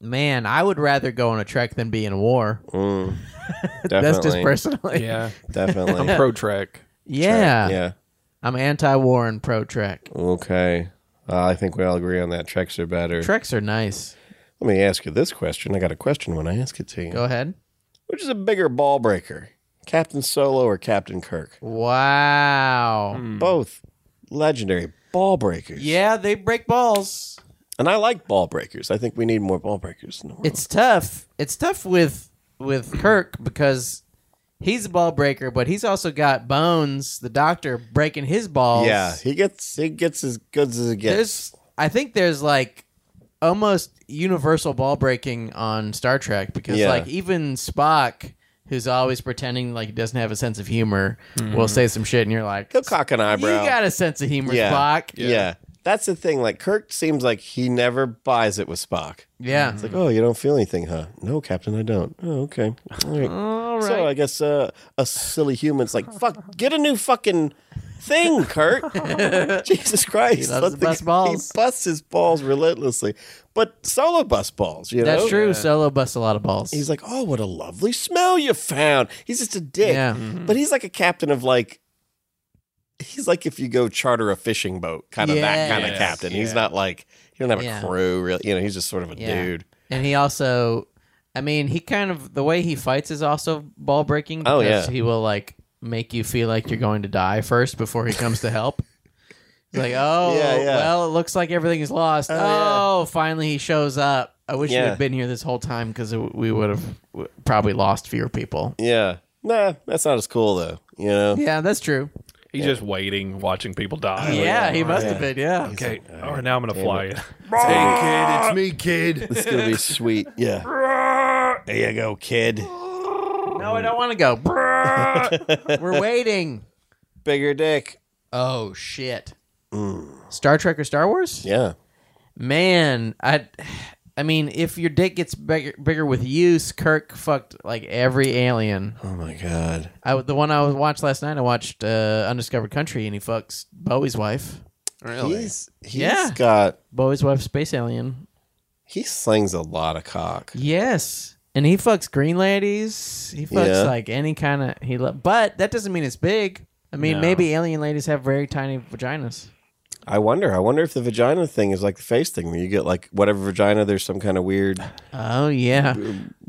Speaker 4: man, I would rather go on a trek than be in a war.
Speaker 5: mm, definitely,
Speaker 4: That's just personally.
Speaker 6: yeah,
Speaker 5: definitely.
Speaker 6: I'm pro Trek.
Speaker 4: Yeah.
Speaker 5: yeah.
Speaker 4: I'm anti-war and pro-trek.
Speaker 5: Okay. Uh, I think we all agree on that. Treks are better.
Speaker 4: Treks are nice.
Speaker 5: Let me ask you this question. I got a question when I ask it to you.
Speaker 4: Go ahead.
Speaker 5: Which is a bigger ball breaker, Captain Solo or Captain Kirk?
Speaker 4: Wow.
Speaker 5: Hmm.
Speaker 6: Hmm.
Speaker 5: Both legendary ball breakers.
Speaker 4: Yeah, they break balls.
Speaker 5: And I like ball breakers. I think we need more ball breakers in the world.
Speaker 4: It's tough. It's tough with with Kirk because he's a ball breaker, but he's also got Bones, the doctor, breaking his balls.
Speaker 5: Yeah, he gets he gets as good as it gets.
Speaker 4: There's I think there's like almost universal ball breaking on Star Trek because
Speaker 5: Yeah.
Speaker 4: like even Spock who's always pretending like he doesn't have a sense of humor will say some shit and you're like
Speaker 5: Mm-hmm. He'll cock an
Speaker 4: you
Speaker 5: eyebrow.
Speaker 4: got a sense of humor
Speaker 5: yeah.
Speaker 4: Spock
Speaker 5: Yeah. That's the thing. Like Kirk seems like he never buys it with Spock.
Speaker 4: yeah
Speaker 5: It's like, oh, you don't feel anything, huh? No, Captain, I don't. Oh, okay. All right.
Speaker 4: all
Speaker 5: So I
Speaker 4: right
Speaker 5: guess uh, a silly human's like, fuck, get a new fucking thing, Kirk. Jesus Christ.
Speaker 4: He loves
Speaker 5: Let
Speaker 4: to
Speaker 5: the-
Speaker 4: bust balls.
Speaker 5: He busts his balls relentlessly. But solo busts balls, you know?
Speaker 4: that's true Solo busts a lot of balls
Speaker 5: oh, He's like, oh, what a lovely smell you found. He's just a dick. Mm-hmm.
Speaker 4: Yeah.
Speaker 6: Mm-hmm.
Speaker 5: But he's like a captain of like, he's like if you go charter a fishing boat, kind of that kind of
Speaker 4: Yes.
Speaker 5: captain. He's not like, he don't have
Speaker 4: Yeah.
Speaker 5: a crew, really. You know, he's just sort of a
Speaker 4: Yeah.
Speaker 5: dude.
Speaker 4: And he also, I mean, he kind of the way he fights is also ball breaking.
Speaker 5: Oh,
Speaker 4: because
Speaker 5: yeah.
Speaker 4: he will like make you feel like you're going to die first before he comes to help. He's like, oh,
Speaker 5: Yeah, yeah.
Speaker 4: well, it looks like everything is lost. Oh, finally he shows up. I wish you
Speaker 5: Yeah.
Speaker 4: had been here this whole time because we would have w- probably lost fewer people.
Speaker 5: Yeah. Nah, that's not as cool though. You know?
Speaker 4: Yeah, that's true.
Speaker 6: He's just waiting, watching people
Speaker 5: Oh,
Speaker 6: die.
Speaker 4: yeah, he must have been. Yeah.
Speaker 6: Okay. All right, now I'm gonna fly it.
Speaker 2: Hey, kid, it's me, kid.
Speaker 5: It's gonna be sweet. Yeah. There you go, kid.
Speaker 4: No, I don't want to go. We're waiting.
Speaker 5: Bigger dick.
Speaker 4: Oh shit. Star Trek or Star Wars?
Speaker 5: Yeah.
Speaker 4: Man, I, I mean, if your dick gets bigger, bigger with use, Kirk fucked like every alien.
Speaker 5: Oh my god.
Speaker 4: I the one I watched last night. I watched uh, Undiscovered Country, and he fucks Bowie's wife.
Speaker 5: He's he's
Speaker 4: Yeah.
Speaker 5: got
Speaker 4: Bowie's wife, space alien.
Speaker 5: he slings a lot of cock.
Speaker 4: Yes, and he fucks green ladies. He fucks
Speaker 5: Yeah.
Speaker 4: like any kind of he. Lo- but that doesn't mean it's big. I mean, maybe alien ladies have very tiny vaginas.
Speaker 5: I wonder. I wonder if the vagina thing is like the face thing where you get like whatever vagina there's some kind of weird
Speaker 4: Oh yeah,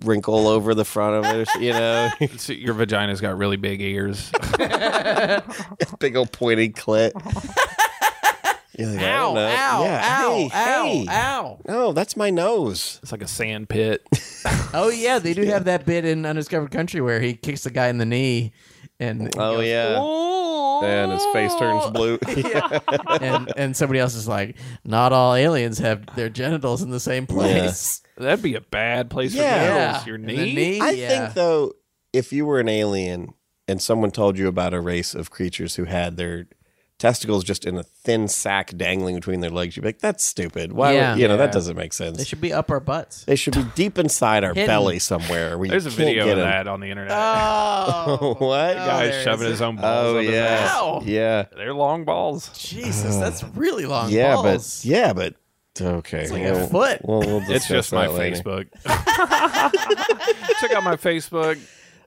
Speaker 5: wrinkle over the front of it, or, you know,
Speaker 6: So your vagina's got really big ears.
Speaker 5: big old pointy clit. You're like, I
Speaker 4: ow,
Speaker 5: don't know.
Speaker 4: ow,
Speaker 5: Yeah.
Speaker 4: ow,
Speaker 5: Hey,
Speaker 4: ow,
Speaker 5: hey.
Speaker 4: ow.
Speaker 5: No, that's my nose.
Speaker 6: It's like a sand pit.
Speaker 4: Oh yeah, they do have that bit in Undiscovered Country where he kicks the guy in the knee, and it
Speaker 5: Oh
Speaker 4: goes,
Speaker 5: yeah. And his face turns blue.
Speaker 4: Oh. Yeah. and and somebody else is like, not all aliens have their genitals in the same place.
Speaker 6: That'd be a bad place
Speaker 5: Yeah.
Speaker 6: for girls. Your
Speaker 4: And the
Speaker 6: knee.
Speaker 5: I
Speaker 4: yeah.
Speaker 5: think though, if you were an alien and someone told you about a race of creatures who had their testicles just in a thin sack dangling between their legs, you'd be like, "That's stupid. Why?
Speaker 4: Yeah.
Speaker 5: Would, you know
Speaker 6: Yeah.
Speaker 5: that doesn't make
Speaker 4: they
Speaker 5: sense.
Speaker 4: should be up our butts.
Speaker 5: They should be deep inside our
Speaker 4: Hidden.
Speaker 5: belly somewhere. Where you
Speaker 6: There's a
Speaker 5: can't
Speaker 6: video
Speaker 5: get
Speaker 6: of
Speaker 5: 'em."
Speaker 6: that on the internet.
Speaker 4: Oh,
Speaker 5: what?
Speaker 6: Guy
Speaker 4: there
Speaker 6: shoving
Speaker 4: is.
Speaker 6: his own balls.
Speaker 5: Oh
Speaker 6: up his
Speaker 5: yeah,
Speaker 6: ass.
Speaker 4: Ow.
Speaker 5: yeah,
Speaker 6: They're long balls.
Speaker 4: Jesus, that's really long.
Speaker 5: yeah,
Speaker 4: balls.
Speaker 5: but yeah, but okay.
Speaker 4: like a foot.
Speaker 5: We'll, we'll
Speaker 6: It's
Speaker 5: discuss
Speaker 6: just my
Speaker 5: that later.
Speaker 6: Facebook. Check out my Facebook.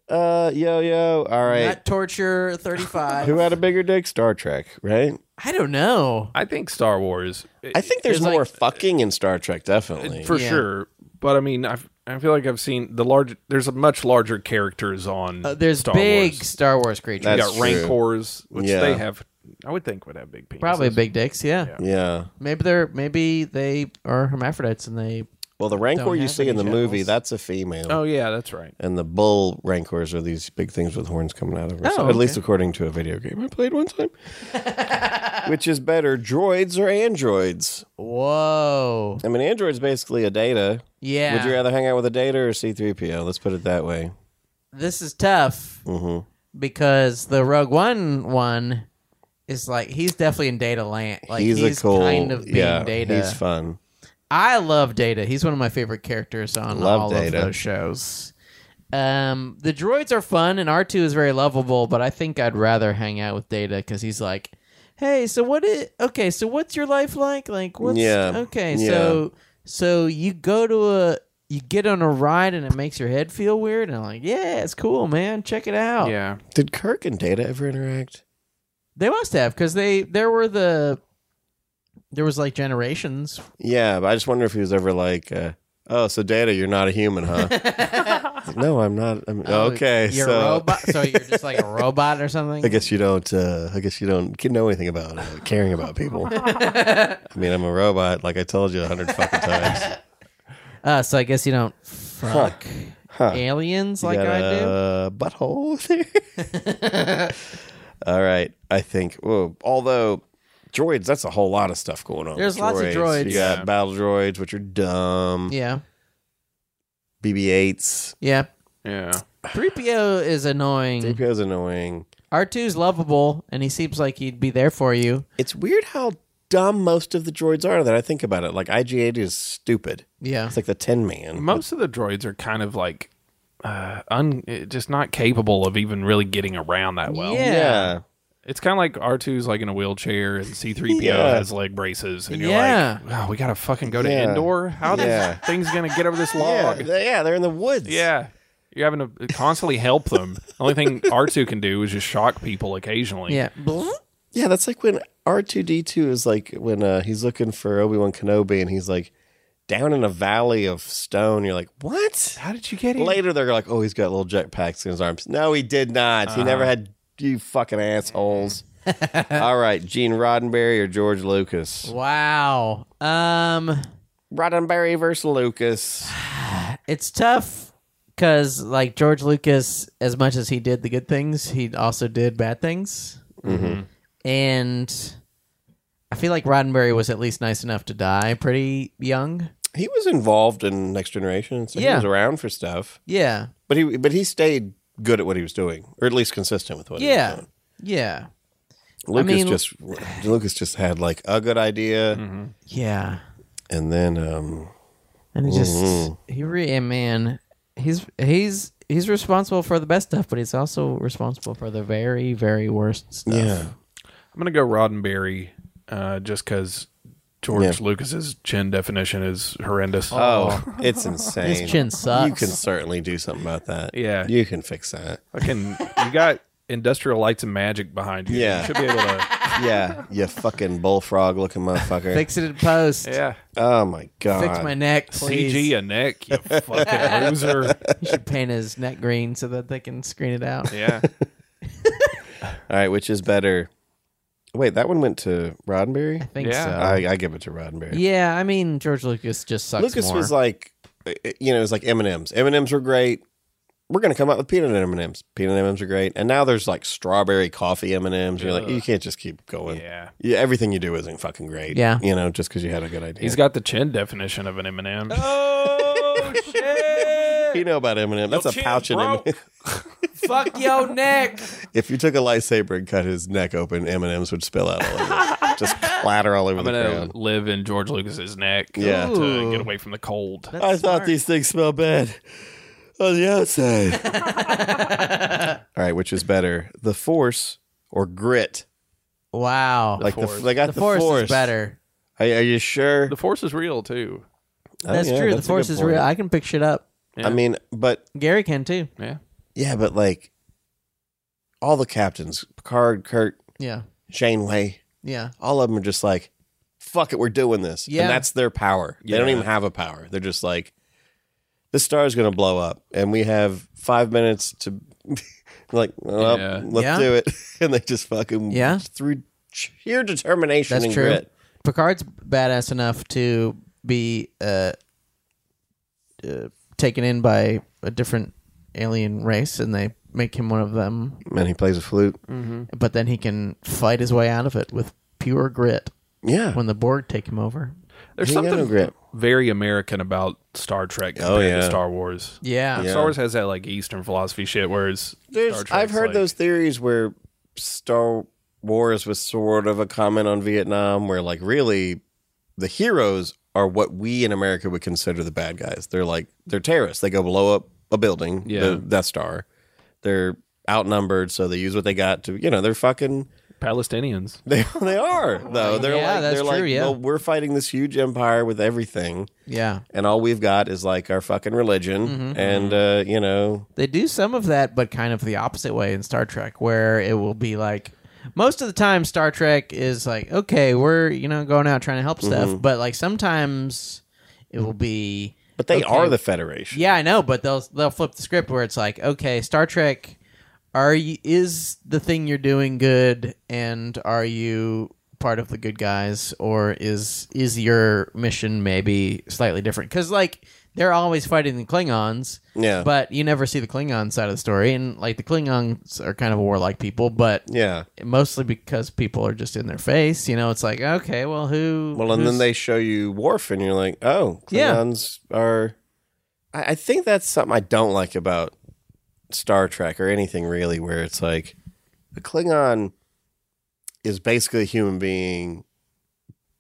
Speaker 5: Uh, yo, yo. All right.
Speaker 4: Nut torture thirty five.
Speaker 5: who had a bigger dick? Star Trek, right?
Speaker 4: I don't know.
Speaker 6: I think Star Wars.
Speaker 5: I think there's
Speaker 4: It's like-
Speaker 5: more fucking in Star Trek, definitely.
Speaker 6: for
Speaker 4: Yeah.
Speaker 6: sure. But I mean, I I feel like I've seen the large. There's a much larger characters on.
Speaker 4: Uh, there's
Speaker 6: Star
Speaker 4: big
Speaker 6: Wars.
Speaker 4: Star Wars creatures.
Speaker 6: You
Speaker 5: That's
Speaker 6: got
Speaker 5: true.
Speaker 6: rancors, which
Speaker 5: Yeah.
Speaker 6: they have. I would think would have big penises.
Speaker 4: Probably big dicks. Yeah.
Speaker 5: yeah.
Speaker 4: Maybe they're maybe they are hermaphrodites and they.
Speaker 5: Well, the rancor
Speaker 4: Don't
Speaker 5: you
Speaker 4: have
Speaker 5: see
Speaker 4: any
Speaker 5: in the movie,
Speaker 4: genitals.
Speaker 5: that's a female.
Speaker 6: Oh yeah, that's right.
Speaker 5: And the bull rancors are these big things with horns coming out of her.
Speaker 4: Oh,
Speaker 5: so- At least
Speaker 4: okay.
Speaker 5: according to a video game I played one time. Which is better, droids or androids?
Speaker 4: Whoa.
Speaker 5: I mean, android's basically a data.
Speaker 4: Yeah.
Speaker 5: Would you rather hang out with a data or C3PO? Let's put it that way.
Speaker 4: this is tough
Speaker 5: Mm-hmm.
Speaker 4: because the Rogue One one is like he's definitely in Data land. Like he's,
Speaker 5: he's, a cool.
Speaker 4: kind of being
Speaker 5: yeah,
Speaker 4: Data.
Speaker 5: He's fun.
Speaker 4: I love Data. He's one of my favorite characters on
Speaker 5: Love
Speaker 4: all
Speaker 5: Data.
Speaker 4: of those shows. Um, the droids are fun, and R two is very lovable. But I think I'd rather hang out with Data because he's like, "Hey, so what it? Okay, so what's your life like? Like, what's
Speaker 5: Yeah.
Speaker 4: okay?
Speaker 5: Yeah.
Speaker 4: So, so you go to a, you get on a ride, and it makes your head feel weird. And I'm like, yeah, it's cool, man. Check it out.
Speaker 6: Yeah,
Speaker 5: Did Kirk and Data ever interact?
Speaker 4: They must have because they there were the, there was like generations.
Speaker 5: Yeah, but I just wonder if he was ever like, uh, "Oh, so Data, you're not a human, huh?" Like, no, I'm not. I'm, okay,
Speaker 4: Oh, you're
Speaker 5: so
Speaker 4: a robot. So you're just like a robot or something.
Speaker 5: I guess you don't. Uh, I guess you don't ki- know anything about uh, caring about people. I mean, I'm a robot, like I told you a hundred fucking times.
Speaker 4: Uh, so I guess you don't fuck aliens like
Speaker 5: Got
Speaker 4: I do.
Speaker 5: a butthole there. All right, I think. Whoa, although droids, that's a whole lot of stuff going on.
Speaker 4: There's
Speaker 5: with
Speaker 4: lots of droids.
Speaker 5: You got battle droids, which are dumb.
Speaker 4: yeah,
Speaker 5: BB-8s.
Speaker 4: yeah.
Speaker 6: yeah.
Speaker 4: Three PO is annoying.
Speaker 5: DPO's annoying.
Speaker 4: R 2s lovable, and he seems like he'd be there for you.
Speaker 5: It's weird how dumb most of the droids are that I think about it. Like IG-8 is stupid.
Speaker 4: Yeah,
Speaker 5: It's like the Tin Man.
Speaker 6: Most of the droids are kind of like, uh, un, eh, just not capable of even really getting around that well.
Speaker 4: Yeah.
Speaker 6: It's kind of like R 2s like in a wheelchair, and C three PO
Speaker 5: Yeah.
Speaker 6: has leg braces, and you're
Speaker 4: Yeah.
Speaker 6: like, wow, we gotta fucking go to
Speaker 5: Yeah.
Speaker 6: indoor. How does
Speaker 5: Yeah.
Speaker 6: things gonna get over this
Speaker 5: Yeah,
Speaker 6: log?
Speaker 5: they- yeah, they're in the woods.
Speaker 6: Yeah. You're having to constantly help them. Only thing R2 can do is just shock people occasionally.
Speaker 4: yeah. Blah.
Speaker 5: Yeah, that's like when R2D2 is like when uh, he's looking for Obi-Wan Kenobi and he's like down in a valley of stone. You're like, what?
Speaker 6: How did you get here?
Speaker 5: Later they're like, oh, he's got little jetpacks in his arms. No, he did not. He never had you fucking assholes. All right, Gene Roddenberry or George Lucas?
Speaker 4: Wow. Um,
Speaker 5: Roddenberry versus Lucas.
Speaker 4: it's tough because like George Lucas, as much as he did the good things, he also did bad things. Mm-hmm. And I feel like Roddenberry was at least nice enough to die pretty young.
Speaker 5: He was involved in Next Generation, so he
Speaker 4: Yeah.
Speaker 5: was around for stuff.
Speaker 4: Yeah.
Speaker 5: But he but he stayed good at what he was doing, or at least consistent with what he was
Speaker 4: Yeah.
Speaker 5: doing.
Speaker 4: Yeah.
Speaker 5: Lucas
Speaker 4: mean-
Speaker 5: just Lucas just had like a good idea,
Speaker 4: Yeah.
Speaker 5: and then um,
Speaker 4: And he just
Speaker 5: Mm-hmm.
Speaker 4: he re and man, he's he's he's responsible for the best stuff, but he's also responsible for the very very worst stuff.
Speaker 5: yeah,
Speaker 6: I'm going to go Roddenberry uh, just because George
Speaker 5: Yeah.
Speaker 6: Lucas's chin definition is horrendous.
Speaker 5: oh, it's insane.
Speaker 4: His chin sucks.
Speaker 5: You can certainly do something about that.
Speaker 6: Yeah.
Speaker 5: you can fix that.
Speaker 6: Fucking, you got industrial lights and magic behind you.
Speaker 5: Yeah.
Speaker 6: You should be able to.
Speaker 5: Yeah, you fucking bullfrog looking motherfucker.
Speaker 4: Fix it in post.
Speaker 6: Yeah.
Speaker 5: oh my god,
Speaker 4: Fix my neck, please.
Speaker 6: CG a neck, you fucking loser.
Speaker 4: You should paint his neck green so that they can screen it out.
Speaker 6: Yeah.
Speaker 5: All right, which is better? Wait, that one went to Roddenberry.
Speaker 4: I think
Speaker 6: Yeah.
Speaker 4: so.
Speaker 5: I, I give it to Roddenberry.
Speaker 4: yeah, I mean George Lucas just sucks
Speaker 5: Lucas eh,
Speaker 4: more.
Speaker 5: was like, you know, it was like M and M's. M and M's were great. we're going to come up with peanut M and M's. Peanut M and M's are great, and now there's like strawberry coffee M and M's. You're like, you can't just keep going. Yeah, yeah. Everything you do isn't fucking great.
Speaker 6: Yeah.
Speaker 5: you know, just because you had a good idea.
Speaker 6: He's got the chin definition of an M&M.
Speaker 5: you know about M and M. That's a pouch in M.
Speaker 4: Fuck your neck.
Speaker 5: If you took a lightsaber and cut his neck open, M and M's would spill out all over, it. just clatter all over
Speaker 6: I'm
Speaker 5: the
Speaker 6: gonna
Speaker 5: ground.
Speaker 6: live in George Lucas's neck.
Speaker 5: Yeah.
Speaker 6: to get away from the cold.
Speaker 5: I thought these things smell bad on the outside. All right, which is better, the force or grit?
Speaker 4: Wow,
Speaker 5: like the, they got the,
Speaker 4: force, is better.
Speaker 5: Are, are you sure?
Speaker 6: The force is real too.
Speaker 5: Oh,
Speaker 4: that's
Speaker 5: yeah,
Speaker 4: true.
Speaker 5: that's a
Speaker 4: the force
Speaker 5: good
Speaker 4: is
Speaker 5: point.
Speaker 4: real. I can pick shit up.
Speaker 5: I mean, but
Speaker 4: Gary can too.
Speaker 6: Yeah.
Speaker 5: yeah, but like all the captains, Picard, Kirk,
Speaker 4: Yeah.
Speaker 5: Janeway,
Speaker 4: Yeah.
Speaker 5: all of them are just like, fuck it, we're doing this.
Speaker 4: Yeah.
Speaker 5: And that's their power. They don't
Speaker 6: Yeah.
Speaker 5: even have a power. They're just like, the star is going to blow up, and we have five minutes to, like, well,
Speaker 6: Yeah.
Speaker 5: let's
Speaker 4: Yeah.
Speaker 5: do it. And they just fucking,
Speaker 4: Yeah.
Speaker 5: through sheer determination
Speaker 4: That's
Speaker 5: and
Speaker 4: true.
Speaker 5: grit.
Speaker 4: Picard's badass enough to be uh, uh, taken in by a different alien race, and they make him one of them.
Speaker 5: And he plays a flute.
Speaker 4: But then he can fight his way out of it with pure grit
Speaker 5: Yeah.
Speaker 4: when the Borg take him over.
Speaker 6: There's
Speaker 5: He ain't got no
Speaker 6: something
Speaker 5: grip.
Speaker 6: very American about Star Trek
Speaker 5: Oh,
Speaker 6: compared to
Speaker 5: yeah.
Speaker 6: Star Wars.
Speaker 4: Yeah.
Speaker 5: Yeah.
Speaker 6: Star Wars has that like Eastern philosophy shit, whereas
Speaker 5: There's,
Speaker 6: Star Trek's
Speaker 5: I've heard
Speaker 6: like-
Speaker 5: those theories where Star Wars was sort of a comment on Vietnam, where like really the heroes are what we in America would consider the bad guys. They're like they're terrorists. They go blow up a building,
Speaker 6: Yeah.
Speaker 5: the Death Star. They're outnumbered, so they use what they got to. You know, they're fucking.
Speaker 6: Palestinians.
Speaker 5: They they are though. They're
Speaker 4: Yeah,
Speaker 5: like
Speaker 4: that's
Speaker 5: they're
Speaker 4: true,
Speaker 5: like
Speaker 4: yeah.
Speaker 5: well, we're fighting this huge empire with everything,
Speaker 4: Yeah.
Speaker 5: and all we've got is like our fucking religion,
Speaker 4: Mm-hmm,
Speaker 5: and uh, you know,
Speaker 4: They do some of that, but kind of the opposite way in Star Trek, where it will be like most of the time Star Trek is like, okay, we're you know going out trying to help stuff, but like sometimes it will be,
Speaker 5: but they
Speaker 4: Okay.
Speaker 5: are the Federation.
Speaker 4: yeah, I know, but they'll they'll flip the script where it's like, okay, Star Trek, are you is the thing you're doing good, and are you part of the good guys, or is is your mission maybe slightly different? Because like they're always fighting the Klingons,
Speaker 5: Yeah.
Speaker 4: but you never see the Klingon side of the story, and like the Klingons are kind of warlike people, but
Speaker 5: Yeah.
Speaker 4: mostly because people are just in their face. You know, it's like okay, well, who?
Speaker 5: Well, and then
Speaker 4: who's-
Speaker 5: they show you Worf, and you're like, oh,
Speaker 4: Yeah.
Speaker 5: Klingons are. I, I think that's something I don't like about Star Trek or anything really, where it's like the Klingon is basically a human being,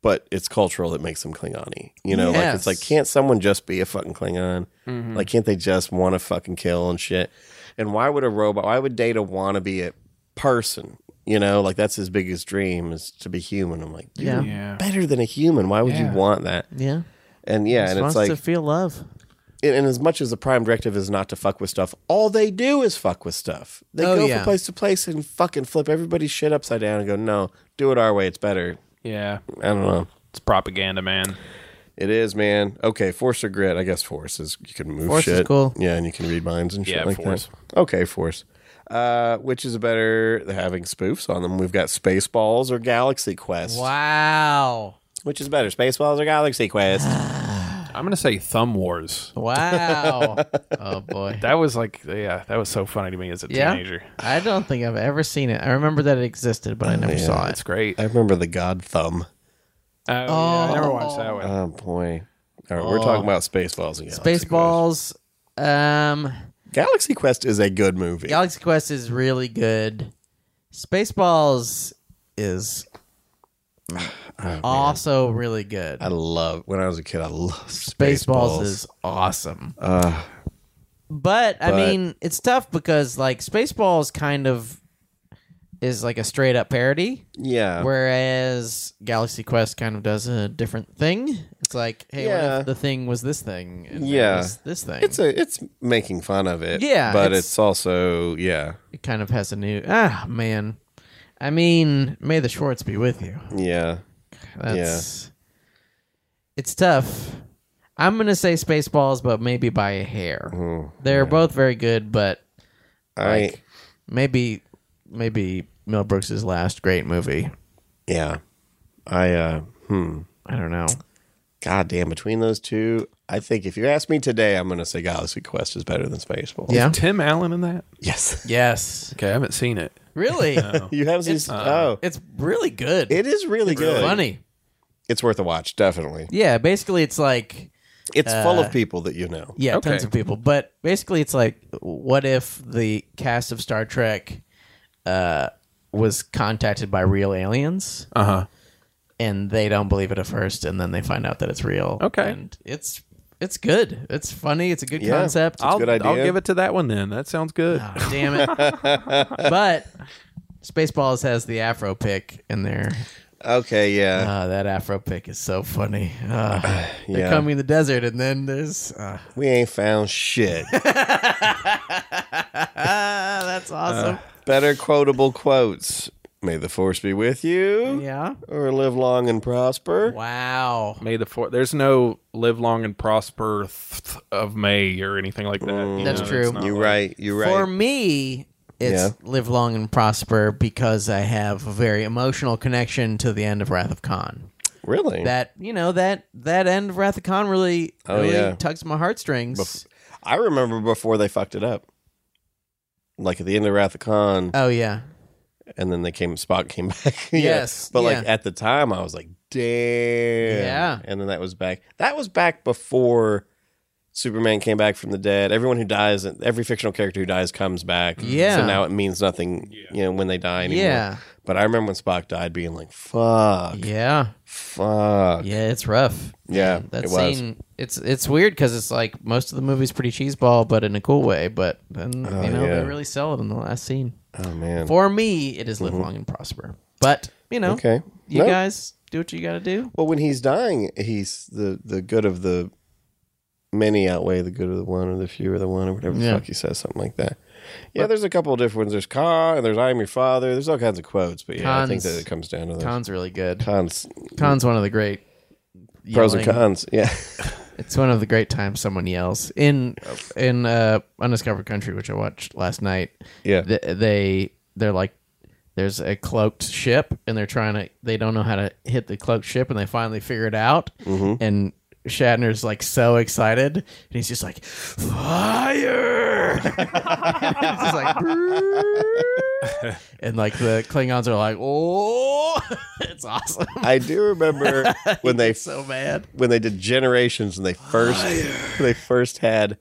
Speaker 5: but it's cultural that makes them Klingon-y. You know, like
Speaker 4: Yes.
Speaker 5: it's like, can't someone just be a fucking Klingon?
Speaker 6: Mm-hmm.
Speaker 4: Hmm.
Speaker 5: Like, can't they just want to fucking kill and shit? And why would a robot? Why would Data want to be a person? You know, like that's his biggest dream is to be human. I'm like,
Speaker 4: yeah, yeah.
Speaker 6: Yeah.
Speaker 5: better than a human. Why would
Speaker 6: Yeah.
Speaker 5: you want that? And yeah,
Speaker 4: Just
Speaker 5: and it's
Speaker 4: wants
Speaker 5: like,
Speaker 4: to feel love.
Speaker 5: and and as much as the prime directive is not to fuck with stuff, all they do is fuck with stuff. They
Speaker 4: Oh,
Speaker 5: go
Speaker 4: yeah.
Speaker 5: from place to place and fucking flip everybody's shit upside down and go, no, do it our way. It's better.
Speaker 6: Yeah.
Speaker 5: I don't know.
Speaker 6: It's propaganda, man.
Speaker 5: It is, man. Okay, force or grit? I guess force is you can move
Speaker 4: Force is
Speaker 5: shit.
Speaker 4: cool.
Speaker 5: Yeah, and you can read minds and shit
Speaker 6: Yeah,
Speaker 5: like
Speaker 6: force.
Speaker 5: that. Okay, force. Uh, which is better than having spoofs on them? We've got Spaceballs or Galaxy Quest.
Speaker 4: Wow.
Speaker 5: Which is better, Spaceballs or Galaxy Quest?
Speaker 6: I'm gonna say Thumb Wars.
Speaker 4: Wow. oh boy.
Speaker 6: That was like, yeah, that was so funny to me as a
Speaker 4: Yeah.
Speaker 6: teenager.
Speaker 4: I don't think I've ever seen it. I remember that it existed, but I never saw
Speaker 6: That's
Speaker 4: it.
Speaker 6: great.
Speaker 5: I remember the God Thumb.
Speaker 6: Oh, yeah, I never watched that one.
Speaker 5: Oh boy! All right, we're
Speaker 4: Oh.
Speaker 5: talking about Spaceballs again.
Speaker 4: Spaceballs. Um,
Speaker 5: Galaxy Quest is a good movie.
Speaker 4: Galaxy Quest is really good. Spaceballs is also really good.
Speaker 5: I love when I was a kid. I loved Spaceballs. Uh,
Speaker 4: Spaceballs is awesome. but, I
Speaker 5: but-
Speaker 4: mean, it's tough because like Spaceballs kind of is like a straight up parody.
Speaker 5: yeah.
Speaker 4: Whereas Galaxy Quest kind of does a different thing. It's like, hey, what
Speaker 5: Yeah.
Speaker 4: if the thing was this thing? And it
Speaker 5: Yeah.
Speaker 4: was this thing.
Speaker 5: It's a it's making fun of it.
Speaker 4: Yeah,
Speaker 5: but
Speaker 4: it's-
Speaker 5: it's, also yeah
Speaker 4: it kind of has a new. Ah, man. I mean, may the Schwartz be with you.
Speaker 5: yeah
Speaker 4: That's. It's tough. I'm going to say Spaceballs, but maybe by a hair. They're both very good, but
Speaker 5: I
Speaker 4: maybe maybe Mel Brooks' last great movie.
Speaker 5: yeah I uh hmm
Speaker 4: I don't know.
Speaker 5: God damn between those two I think if you ask me today, I'm going to say Galaxy Quest is better than Spaceballs.
Speaker 6: Is Tim Allen in that?
Speaker 5: Yes.
Speaker 4: Yes.
Speaker 6: Okay, I haven't seen it.
Speaker 4: Really?
Speaker 6: No.
Speaker 5: You haven't seen?
Speaker 4: It's-
Speaker 5: oh,
Speaker 4: It's really good.
Speaker 5: it is really good.
Speaker 4: Funny.
Speaker 5: It's worth a watch, definitely.
Speaker 4: Yeah, basically it's like
Speaker 5: It's full
Speaker 4: Uh,
Speaker 5: of people that you know.
Speaker 4: yeah,
Speaker 6: Okay.
Speaker 4: tons of people. But basically it's like what if the cast of Star Trek uh, was contacted by real aliens
Speaker 6: Uh huh.
Speaker 4: and they don't believe it at first and then they find out that it's real.
Speaker 6: Okay.
Speaker 4: And it's it's good. It's funny, it's a good
Speaker 5: Yeah.
Speaker 4: concept.
Speaker 6: I'll,
Speaker 5: good idea.
Speaker 6: I'll give it to that one then. That sounds good.
Speaker 4: Oh, damn it. but Spaceballs has the afro pick in there.
Speaker 5: Okay, yeah,
Speaker 4: Uh, that afro pick is so funny. Uh, they're
Speaker 5: Yeah.
Speaker 4: coming in the desert, and then there's. Uh,
Speaker 5: we ain't found shit.
Speaker 4: that's
Speaker 5: Uh,
Speaker 4: awesome.
Speaker 5: Better quotable quotes. May the force be with you,
Speaker 4: yeah.
Speaker 5: or live long and prosper.
Speaker 4: Wow.
Speaker 6: May the fourth. There's no live long and prosper th- of May or anything like that.
Speaker 5: Mm.
Speaker 6: you
Speaker 4: That's
Speaker 6: know,
Speaker 4: true.
Speaker 6: it's not
Speaker 5: You
Speaker 6: like-
Speaker 5: right, you right.
Speaker 4: For me, it's
Speaker 5: Yeah.
Speaker 4: live long and prosper because I have a very emotional connection to the end of Wrath of Khan.
Speaker 5: really?
Speaker 4: That you know that that end of Wrath of Khan really
Speaker 5: Oh,
Speaker 4: really
Speaker 5: yeah.
Speaker 4: tugs my heartstrings.
Speaker 5: I remember before they fucked it up. Like at the end of Wrath of Khan,
Speaker 4: oh yeah,
Speaker 5: and then they came. Spock came back.
Speaker 4: Yes,
Speaker 5: but like
Speaker 4: yeah.
Speaker 5: at the time, I was like, "Damn!"
Speaker 4: Yeah.
Speaker 5: And then that was back. That was back before Superman came back from the dead. Everyone who dies, every fictional character who dies, comes back.
Speaker 4: Yeah.
Speaker 5: So now it means nothing, you know, when they die anymore.
Speaker 4: Yeah.
Speaker 5: But I remember when Spock died, being like, "Fuck,
Speaker 4: yeah,
Speaker 5: fuck."
Speaker 4: yeah. It's rough.
Speaker 5: Yeah,
Speaker 4: That
Speaker 5: it was.
Speaker 4: scene, it's it's weird because it's like most of the movie's pretty cheeseball, but in a cool way. But then you know
Speaker 5: Oh, yeah.
Speaker 4: they really sell it in the last scene.
Speaker 5: Oh man.
Speaker 4: For me, it is live
Speaker 5: Mm-hmm.
Speaker 4: long and prosper. But you know,
Speaker 5: Okay.
Speaker 4: you
Speaker 5: No.
Speaker 4: guys do what you got to do.
Speaker 5: Well, when he's dying, he's the the good of the many outweigh the good of the one, or the few or the one, or whatever the
Speaker 4: Yeah.
Speaker 5: fuck he says, something like that. Yeah, there's a couple of different ones. There's Khan, and there's I am your father. There's all kinds of quotes, but yeah, I think
Speaker 4: Cons.
Speaker 5: that it comes down to those.
Speaker 4: Khan's really good.
Speaker 5: Cons,
Speaker 4: Khan's one of the great
Speaker 5: pros and
Speaker 4: yelling-
Speaker 5: cons. Yeah,
Speaker 4: It's one of the great times someone yells in in uh, Undiscovered Country, which I watched last night.
Speaker 5: Yeah.
Speaker 4: th- they they're like there's a cloaked ship, and they're trying to they don't know how to hit the cloaked ship, and they finally figure it out.
Speaker 5: Mm-hmm.
Speaker 4: And Shatner's like so excited, and he's just like fire, and, it's just like, "Brrr." and like the Klingons are like oh, it's awesome.
Speaker 5: I do remember when they
Speaker 4: so mad.
Speaker 5: when they did Generations and they first they first had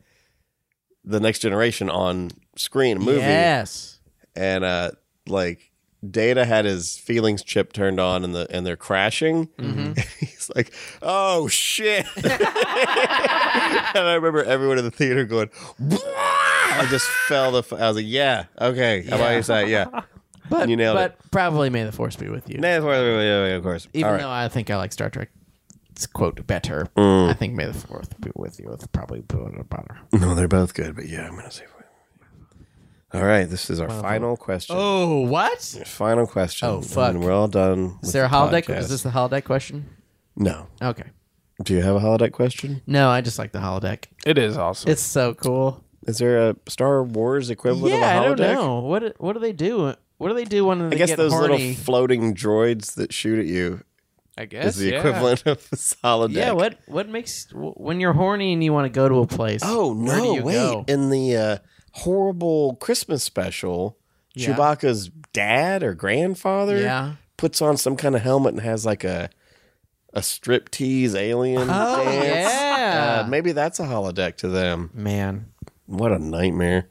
Speaker 5: the Next Generation on screen a movie.
Speaker 4: Yes.
Speaker 5: and uh like Data had his feelings chip turned on and the and they're crashing.
Speaker 4: Mm-hmm.
Speaker 5: He's like, "Oh shit!" and I remember everyone in the theater going, "Wah!" "I just fell the." F- I was like, "Yeah, okay, I'm on your side." Yeah,
Speaker 4: But,
Speaker 5: You nailed
Speaker 4: but probably may the force be with you.
Speaker 5: Nah, it's worth it, yeah, yeah, of course.
Speaker 4: Even
Speaker 5: All right.
Speaker 4: though I think I like Star Trek, quote better.
Speaker 5: Mm.
Speaker 4: I think may the force be with you. It's probably better.
Speaker 5: no, they're both good, but yeah, I'm gonna say. All right, this is our final question.
Speaker 4: Oh, what?
Speaker 5: Final question.
Speaker 4: Oh, fuck.
Speaker 5: And we're all done.
Speaker 4: Is
Speaker 5: with
Speaker 4: there a
Speaker 5: the
Speaker 4: holodeck?
Speaker 5: podcast.
Speaker 4: Is this the holodeck question?
Speaker 5: no?
Speaker 4: Okay.
Speaker 5: Do you have a holodeck question?
Speaker 4: No, I just like the holodeck.
Speaker 6: It is awesome.
Speaker 4: It's so cool.
Speaker 5: Is there a Star Wars equivalent
Speaker 4: yeah, I
Speaker 5: of a holodeck?
Speaker 4: don't know what what do they do. What do they do when they
Speaker 5: I guess
Speaker 4: get
Speaker 5: those
Speaker 4: horny?
Speaker 5: little floating droids that shoot at you
Speaker 4: I
Speaker 5: is
Speaker 4: guess
Speaker 5: the
Speaker 6: yeah.
Speaker 5: equivalent of a solid
Speaker 4: yeah.
Speaker 5: deck.
Speaker 4: What what makes w- when you're horny and you want to go to a place?
Speaker 5: Oh
Speaker 4: where do
Speaker 5: no!
Speaker 4: you
Speaker 5: Wait,
Speaker 4: go?
Speaker 5: in the uh, horrible Christmas special,
Speaker 4: Yeah.
Speaker 5: Chewbacca's dad or grandfather
Speaker 4: Yeah.
Speaker 5: puts on some kind of helmet and has like a a striptease alien
Speaker 4: Oh,
Speaker 5: dance.
Speaker 4: yeah.
Speaker 5: Uh, maybe that's a holodeck to them.
Speaker 4: man.
Speaker 5: What a nightmare!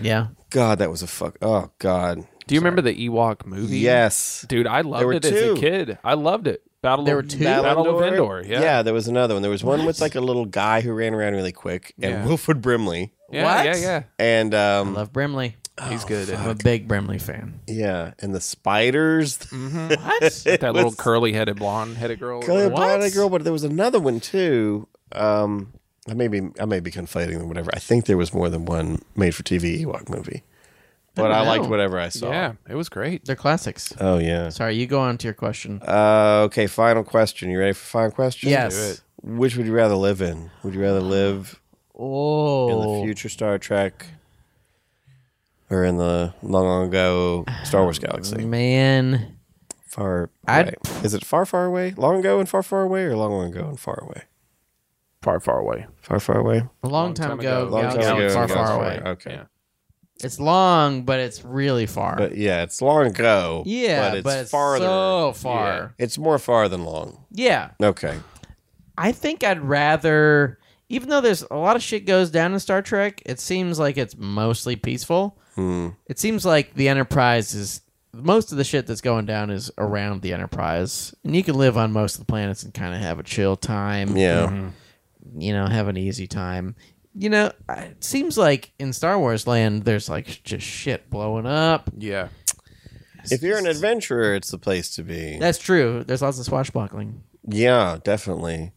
Speaker 4: Yeah.
Speaker 5: God, that was a fuck. Oh God,
Speaker 6: Do you remember the Ewok movie?
Speaker 5: yes.
Speaker 6: dude, I
Speaker 5: There
Speaker 6: loved
Speaker 5: were
Speaker 6: it as
Speaker 5: two.
Speaker 6: a kid. I loved it. Battle
Speaker 4: There
Speaker 6: of,
Speaker 4: were two?
Speaker 6: Battle of
Speaker 5: Endor?
Speaker 6: Endor. Yeah,
Speaker 5: there was another one. There was one with like a little guy who ran around really quick, and
Speaker 6: Yeah.
Speaker 5: Wilfred Brimley,
Speaker 6: yeah,
Speaker 4: What?
Speaker 6: yeah, yeah.
Speaker 5: and
Speaker 4: I
Speaker 5: um,
Speaker 4: love Brimley.
Speaker 6: He's good.
Speaker 4: I'm a big Brimley fan.
Speaker 5: yeah, and the spiders.
Speaker 4: Mm-hmm. What?
Speaker 5: It
Speaker 6: that little
Speaker 5: was-
Speaker 6: curly-headed blonde-headed girl.
Speaker 5: Girl,
Speaker 4: What?
Speaker 5: blonde-eyed girl, but there was another one too. Um, I may be I may be conflating them. Whatever. I think there was more than one made-for-TV Ewok movie, but I,
Speaker 4: don't
Speaker 5: liked
Speaker 4: know.
Speaker 5: whatever I saw.
Speaker 6: Yeah, it was great.
Speaker 4: They're classics.
Speaker 5: Oh yeah.
Speaker 4: Sorry, you go on to your question.
Speaker 5: Uh, okay. Final question. You ready for final question?
Speaker 4: Yes.
Speaker 5: Which would you rather live in? Would you rather live in
Speaker 4: Oh,
Speaker 5: the future Star Trek or in the long, long ago Star Wars galaxy?
Speaker 4: man.
Speaker 5: Far
Speaker 4: Um, I'd-
Speaker 5: away. Is it far, far away? Long ago and far, far away, or long, long ago and far away?
Speaker 6: Far, far away.
Speaker 5: Far, far away.
Speaker 4: A long, time, ago,
Speaker 5: Long
Speaker 4: galaxy
Speaker 5: time ago,
Speaker 4: far,
Speaker 5: yeah,
Speaker 4: far away.
Speaker 5: that's right. Okay.
Speaker 4: It's long, but it's really far.
Speaker 5: But yeah, it's long ago.
Speaker 4: Yeah,
Speaker 5: but it's
Speaker 4: but it's
Speaker 5: farther.
Speaker 4: so far.
Speaker 5: It's more far than long.
Speaker 4: yeah,
Speaker 5: Okay.
Speaker 4: I think I'd rather, even though there's a lot of shit goes down in Star Trek, it seems like it's mostly peaceful.
Speaker 5: Hmm.
Speaker 4: It seems like the Enterprise is most of the shit that's going down is around the Enterprise, and you can live on most of the planets and kind of have a chill time.
Speaker 5: Yeah.
Speaker 4: you know, have an easy time. You know, I- it seems like in Star Wars land, there's like just shit blowing up.
Speaker 6: Yeah.
Speaker 5: If you're an adventurer, it's the place to be.
Speaker 4: That's true. There's lots of swashbuckling.
Speaker 5: yeah, definitely.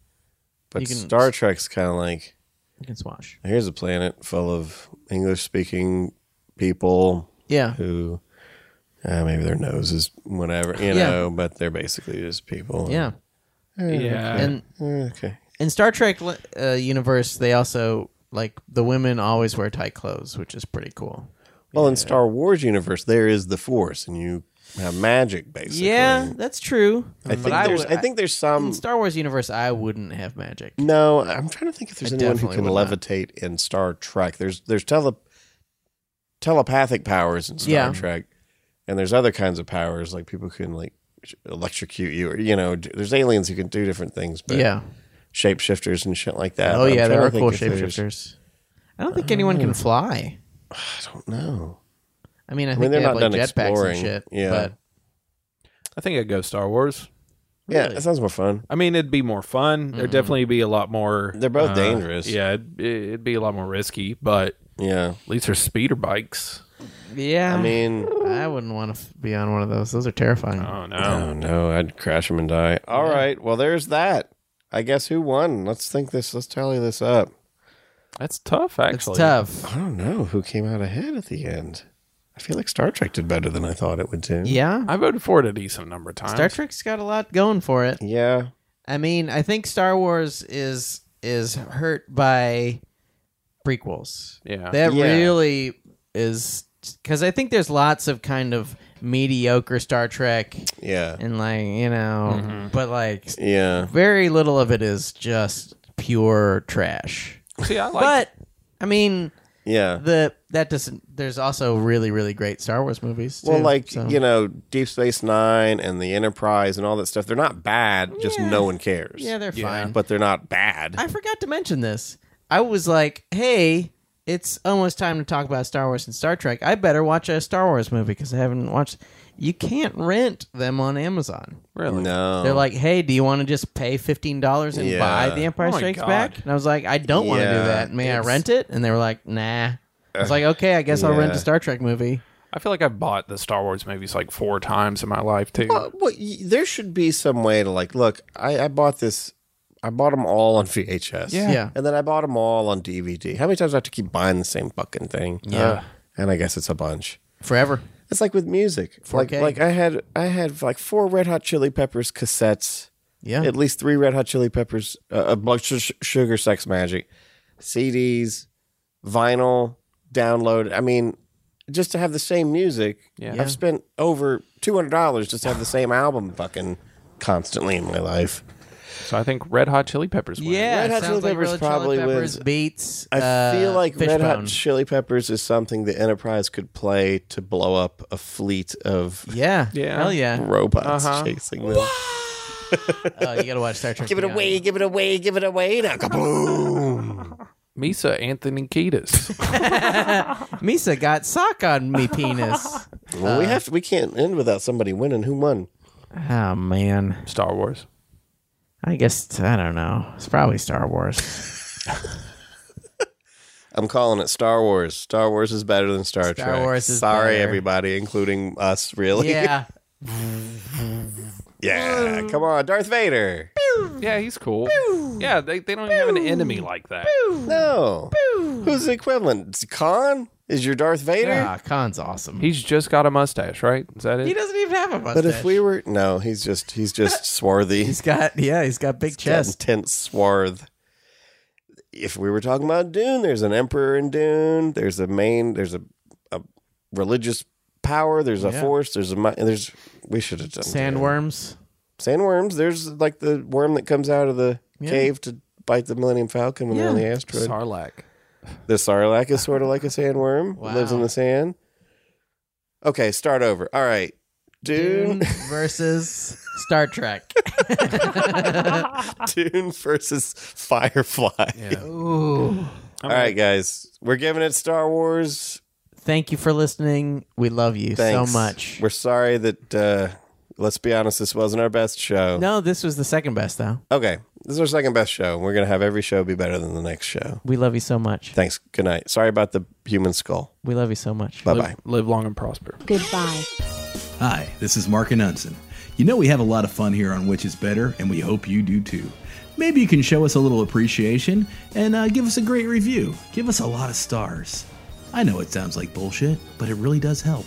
Speaker 5: But
Speaker 4: You can-
Speaker 5: Star Trek's kind of like
Speaker 4: You can swash.
Speaker 5: here's a planet full of English speaking people
Speaker 4: Yeah.
Speaker 5: who uh, maybe their nose is whatever, you
Speaker 4: Yeah.
Speaker 5: know, but they're basically just people.
Speaker 4: Yeah.
Speaker 6: Yeah.
Speaker 4: And
Speaker 5: Uh, Okay.
Speaker 4: in Star Trek uh, universe, they also like the women always wear tight clothes, which is pretty cool.
Speaker 5: Well, in Star Wars universe, there is the Force, and you have magic, basically.
Speaker 4: Yeah, that's true.
Speaker 5: I think there's. I, think there's some.
Speaker 4: in Star Wars universe, I wouldn't have magic.
Speaker 5: No, I'm trying to think if there's
Speaker 4: I
Speaker 5: anyone who
Speaker 4: definitely
Speaker 5: can
Speaker 4: would not.
Speaker 5: levitate in Star Trek. There's there's tele telepathic powers in Star
Speaker 4: Yeah.
Speaker 5: Trek, and there's other kinds of powers like people can like electrocute you or you know d- there's aliens who can do different things. But
Speaker 4: yeah.
Speaker 5: shapeshifters and shit like that.
Speaker 4: oh
Speaker 5: I'm
Speaker 4: yeah,
Speaker 5: trying
Speaker 4: there
Speaker 5: to
Speaker 4: are cool
Speaker 5: think if there's- Mm.
Speaker 4: shapeshifters. I don't think anyone can fly.
Speaker 5: I don't know.
Speaker 4: I mean, I,
Speaker 5: mean,
Speaker 4: think
Speaker 5: they're
Speaker 4: they have
Speaker 5: not done
Speaker 4: like jetpacks and
Speaker 5: exploring.
Speaker 4: shit.
Speaker 5: Yeah.
Speaker 4: But
Speaker 6: I think I'd go Star Wars.
Speaker 5: Yeah,
Speaker 4: Really?
Speaker 5: that sounds more fun.
Speaker 6: I mean, it'd be more fun. There'd definitely be a lot more. uh,
Speaker 5: They're both dangerous.
Speaker 6: Yeah, it'd, it'd be a lot more risky, but
Speaker 5: Yeah,
Speaker 6: at least they're speeder bikes.
Speaker 4: yeah,
Speaker 5: I mean,
Speaker 4: I wouldn't want to f- be on one of those. Those are terrifying.
Speaker 6: Oh no.
Speaker 5: oh no, I'd crash them and die. All right, well there's that. I guess who won? Let's think this. Let's tally this up.
Speaker 6: That's tough, actually. uh,
Speaker 4: it's tough.
Speaker 5: I don't know who came out ahead at the end. I feel like Star Trek did better than I thought it would do.
Speaker 4: Yeah.
Speaker 6: I voted for it a decent number of times.
Speaker 4: Star Trek's got a lot going for it.
Speaker 5: Yeah.
Speaker 4: I mean, I think Star Wars is is hurt by prequels.
Speaker 6: Yeah.
Speaker 4: That
Speaker 5: Yeah.
Speaker 4: really is because I think there's lots of kind of mediocre Star Trek
Speaker 5: Yeah.
Speaker 4: and like you know,
Speaker 6: Mm-hmm.
Speaker 4: but like
Speaker 5: Yeah.
Speaker 4: very little of it is just pure trash.
Speaker 6: See, I like.
Speaker 4: but I mean,
Speaker 5: Yeah.
Speaker 4: the that doesn't. There's also really really great Star Wars movies.
Speaker 5: Well,
Speaker 4: too,
Speaker 5: like,
Speaker 4: so-
Speaker 5: you know, Deep Space Nine and the Enterprise and all that stuff, they're not bad, just no one cares.
Speaker 4: yeah, they're fine.
Speaker 5: But they're not bad.
Speaker 4: I forgot to mention this. I was like, hey, it's almost time to talk about Star Wars and Star Trek. I better watch a Star Wars movie because I haven't watched. You can't rent them on Amazon.
Speaker 6: really.
Speaker 5: no.
Speaker 4: They're like, hey, do you want to just pay fifteen dollars and
Speaker 5: Oh. Yeah.
Speaker 4: buy The Empire
Speaker 6: Oh my
Speaker 4: Strikes
Speaker 6: God.
Speaker 4: Back? And I was like, I don't want to do
Speaker 5: Yeah,
Speaker 4: that. May I
Speaker 5: it's-
Speaker 4: rent it? And they were like, nah. I was like, okay, I guess I'll rent
Speaker 5: Yeah.
Speaker 4: a Star Trek movie.
Speaker 6: I feel like I've bought the Star Wars movies like four times in my life too.
Speaker 5: Well, well, Uh, y- there should be some way to, like, look, I, I bought this, I bought them all on VHS.
Speaker 6: Yeah.
Speaker 4: Yeah.
Speaker 5: And then I bought them all on DVD. How many times do I have to keep buying the same fucking thing?
Speaker 6: Yeah.
Speaker 5: And I guess it's a bunch.
Speaker 4: Forever.
Speaker 5: It's like with music. Like
Speaker 4: 4K.
Speaker 5: like I had I had like four Red Hot Chili Peppers cassettes,
Speaker 4: Yeah.
Speaker 5: at least three Red Hot Chili Peppers, uh, a bunch of sh- Sugar Sex Magic, CDs, vinyl, download. I mean, just to have the same music,
Speaker 6: Yeah.
Speaker 5: I've spent over two hundred dollars just to have the same album fucking constantly in my life.
Speaker 6: So I think Red Hot Chili Peppers. win.
Speaker 4: yeah.
Speaker 5: Red Hot Chili
Speaker 4: sounds like
Speaker 5: Peppers
Speaker 4: Red
Speaker 5: probably
Speaker 4: Chili Peppers
Speaker 5: wins.
Speaker 4: beats.
Speaker 5: I feel
Speaker 4: uh,
Speaker 5: like Red
Speaker 4: Fishbone.
Speaker 5: Hot Chili Peppers is something the Enterprise could play to blow up a fleet of
Speaker 4: Yeah.
Speaker 6: Yeah.
Speaker 4: Hell yeah.
Speaker 5: robots
Speaker 6: Uh-huh.
Speaker 5: chasing them.
Speaker 4: Oh, you gotta watch Star Trek.
Speaker 5: Give it
Speaker 4: Beyond.
Speaker 5: away, give it away, give it away. Now, kaboom.
Speaker 6: Misa Anthony Kiedis.
Speaker 4: Misa got sock on me penis.
Speaker 5: Well, we
Speaker 4: Uh,
Speaker 5: have to, we can't end without somebody winning. Who won?
Speaker 4: oh man,
Speaker 6: Star Wars.
Speaker 4: I guess I don't know. It's probably Star Wars.
Speaker 5: I'm calling it Star Wars. Star Wars is better than Star, Trek.
Speaker 4: Wars is
Speaker 5: Sorry,
Speaker 4: better.
Speaker 5: everybody, including us. Really?
Speaker 4: yeah,
Speaker 5: Yeah, Come on, Darth Vader.
Speaker 6: Yeah, he's cool. Yeah, they, they don't even have an enemy like that.
Speaker 5: No. Who's the equivalent? It's Khan is your Darth Vader.
Speaker 4: ah, Khan's awesome. He,
Speaker 6: He's just got a mustache, right? Is that it?
Speaker 4: doesn't even have a mustache.
Speaker 5: But if we were no, he's just he's just swarthy.
Speaker 4: he's got yeah, he's got big
Speaker 5: got
Speaker 4: chest.
Speaker 5: intense swarth. If we were talking about Dune, there's an emperor in Dune. There's a main. There's a, a religious power. There's a force. There's a. mi- There's. We should have done Dune.
Speaker 4: Sandworms.
Speaker 5: Sandworms. There's like the worm that comes out of the cave to bite the Millennium Falcon when they're on the
Speaker 6: Yeah.
Speaker 5: asteroid.
Speaker 6: Sarlacc.
Speaker 5: The sarlacc is sort of like a sandworm. It Lives in
Speaker 4: Wow.
Speaker 5: the sand. Okay, start over. All right. Dune.
Speaker 4: Dune versus Star Trek.
Speaker 5: Dune versus Firefly.
Speaker 4: Ooh.
Speaker 5: All right, guys. We're giving it Star Wars.
Speaker 4: Thank you for listening. We love you
Speaker 5: Thanks.
Speaker 4: so much.
Speaker 5: We're sorry that, uh, let's be honest, this wasn't our best show.
Speaker 4: No, this was the second best though.
Speaker 5: Okay. This is our second best show. We're going to have every show be better than the next show.
Speaker 4: We love you so much.
Speaker 5: Thanks. Good night. Sorry about the human skull.
Speaker 4: We love you so much.
Speaker 5: Bye bye.
Speaker 6: Live long and prosper.
Speaker 7: Goodbye.
Speaker 3: Hi, this is Mark Anunson. You know we have a lot of fun here on Which Is Better, and we hope you do too. Maybe you can show us a little appreciation and uh, give us a great review. Give us a lot of stars. I know it sounds like bullshit, but it really does help.